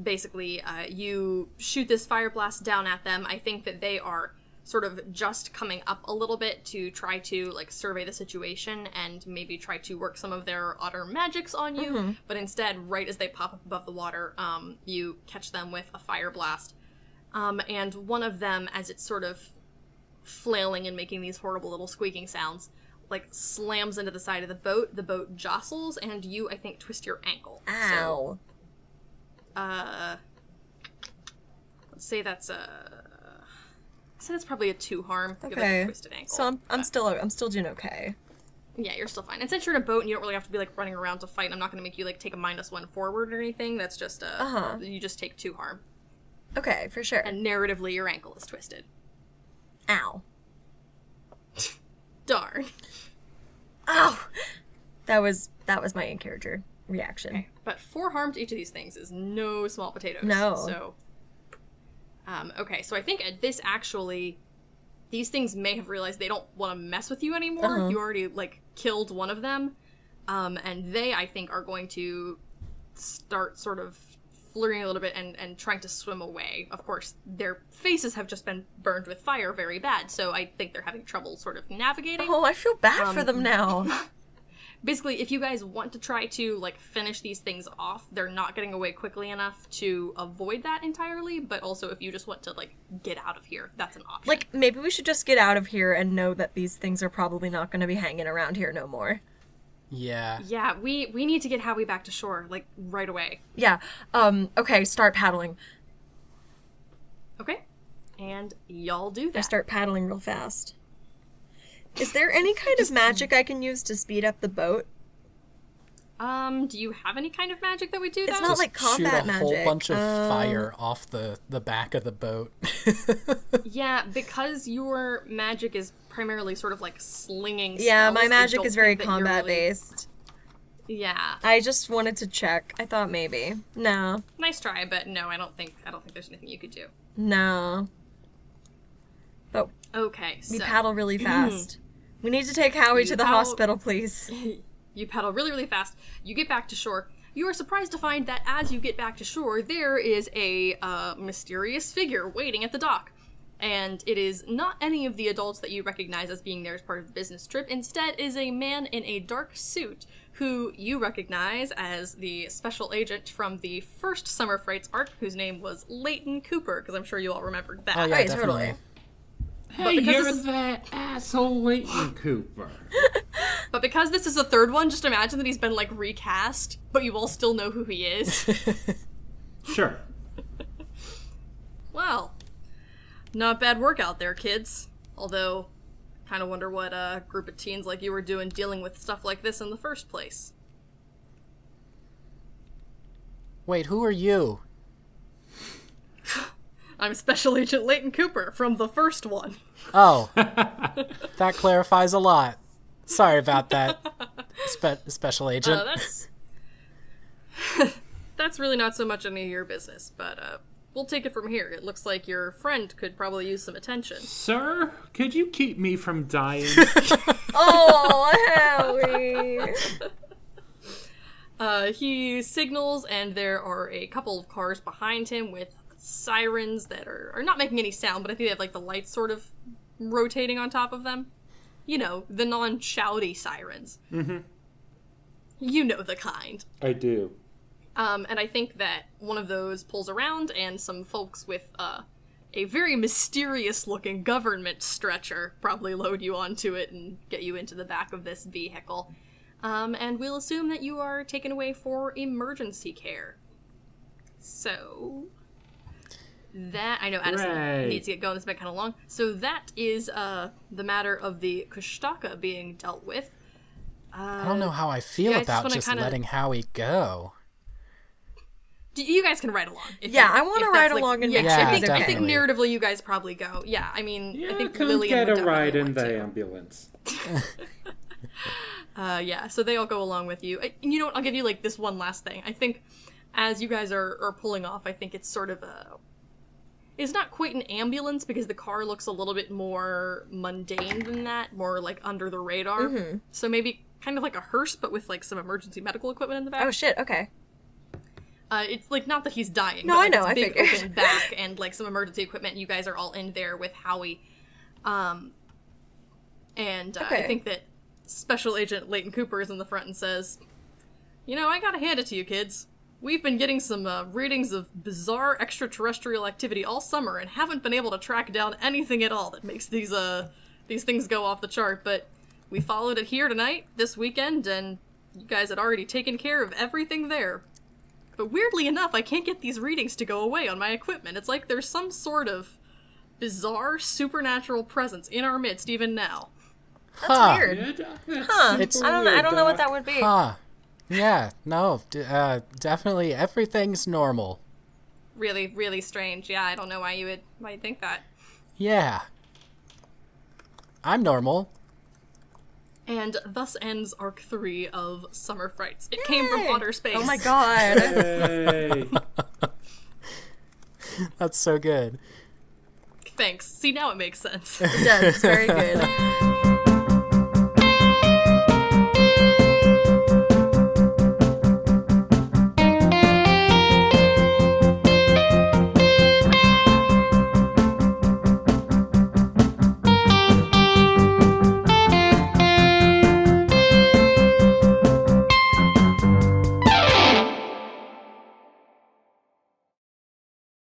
basically uh, you shoot this fire blast down at them. I think that they are sort of just coming up a little bit to try to like survey the situation and maybe try to work some of their otter magics on you. But instead, right as they pop up above the water, um, you catch them with a fire blast. Um, and one of them, as it's sort of flailing and making these horrible little squeaking sounds, like slams into the side of the boat. The boat jostles, and you, I think, twist your ankle. So, Ow. uh, let's say that's a. So that's probably a two harm. You have, like, a okay. twisted ankle. So I'm, I'm still I'm still doing okay. Yeah, you're still fine. And since you're in a boat and you don't really have to be like running around to fight, I'm not going to make you like take a minus one forward or anything. That's just a Uh-huh. you just take two harm. Okay, for sure. And narratively, your ankle is twisted. Ow. Darn. Ow. Oh! That was that was my in character reaction. But four harm to each of these things is no small potatoes. No. So, um, okay. So I think at this actually, these things may have realized they don't want to mess with you anymore. You already like killed one of them, um, and they I think are going to start sort of flirting a little bit and and trying to swim away. Of course, their faces have just been burned with fire very bad, so I think they're having trouble sort of navigating Oh, I feel bad for Um, them now. basically if you guys want to try to like finish these things off they're not getting away quickly enough to avoid that entirely but also if you just want to like get out of here that's an option like maybe we should just get out of here and know that these things are probably not going to be hanging around here no more. Yeah. yeah we we need to get howie back to shore like right away Yeah. Um okay, start paddling. okay and y'all do I that start paddling real fast. Is there any kind of magic I can use to speed up the boat? um do you have any kind of magic that would do that not like shoot a combat whole magic. bunch of Um, fire off the the back of the boat. yeah because your magic is primarily sort of like slinging Yeah, my spells, I magic don't is very think that you're really- combat based. yeah I just wanted to check. I thought maybe. No. nice try but no i don't think i don't think there's anything you could do No. But okay so we paddle really fast. we need to take Howie You to the paddle- hospital, please. You paddle really, really fast. You get back to shore. You are surprised to find that as you get back to shore, there is a uh, mysterious figure waiting at the dock. And it is not any of the adults that you recognize as being there as part of the business trip. Instead, it is a man in a dark suit who you recognize as the special agent from the first Summer Frights arc, whose name was Leighton Cooper, because I'm sure you all remembered that. oh yeah, Right, definitely. totally. Hey, you're that asshole Leighton Cooper. But because this is the third one, just imagine that he's been like recast, but you all still know who he is. Sure. Well, Not bad work out there, kids. Although, kind of wonder what a group of teens like you were doing dealing with stuff like this in the first place. Wait, who are you? I'm Special Agent Leighton Cooper from the first one. Oh, that clarifies a lot. Sorry about that, spe- special agent. Uh, that's that's really not so much any of your business, but uh, we'll take it from here. It looks like your friend could probably use some attention. Sir, could you keep me from dying? Oh, Howie. Uh, he signals, and there are a couple of cars behind him with sirens that are, are not making any sound, but I think they have like the lights sort of rotating on top of them. You know, the non shouty sirens. Mm-hmm. You know the kind. I do. Um, and I think that one of those pulls around, and some folks with uh, a very mysterious looking government stretcher probably load you onto it and get you into the back of this vehicle. Um, and we'll assume that you are taken away for emergency care. So. That I know Addison Hooray. needs to get going. This has been kind of long. So that is uh, the matter of the Kushtaka being dealt with. I don't know how I feel yeah, I just about wanna just kinda- letting Howie go. D- You guys can ride along. if Yeah, you- I wanna if that's, ride along and yeah, make sure I think Yeah, I think definitely. narratively you guys probably go. Yeah, I mean, I Yeah, think come Lillian get would a definitely ride in want the to. ambulance. Uh, yeah, so they all go along with you. I, and you know what? I'll give you like this one last thing. I think as you guys are, are pulling off, I think it's sort of a. It's not quite an ambulance because the car looks a little bit more mundane than that, more like under the radar. Mm-hmm. So maybe kind of like a hearse, but with like some emergency medical equipment in the back. Oh shit. Okay. Uh, it's like not that he's dying. No, but, I like, know, It's I big figured. open back and like some emergency equipment. and You guys are all in there with Howie, um, and uh, I Okay. think that Special Agent Leighton Cooper is in the front and says, "You know, I gotta hand it to you, kids. We've been getting some uh, readings of bizarre extraterrestrial activity all summer and haven't been able to track down anything at all that makes these uh these things go off the chart. But we followed it here tonight, this weekend, and." You guys had already taken care of everything there. But weirdly enough, I can't get these readings to go away on my equipment. It's like there's some sort of bizarre supernatural presence in our midst even now. Huh. Weird. Yeah, Doc, that's super It's- I don't. know- I weird, don't know what Doc. that would be. Huh. Yeah, no, d- uh, definitely everything's normal. Really, really strange. Yeah, I don't know why you would why you think that. Yeah. I'm normal. And thus ends arc three of Summer Frights. It came from outer space. Oh my god. Hey. That's so good. Thanks. See now it makes sense. it does. It's very good.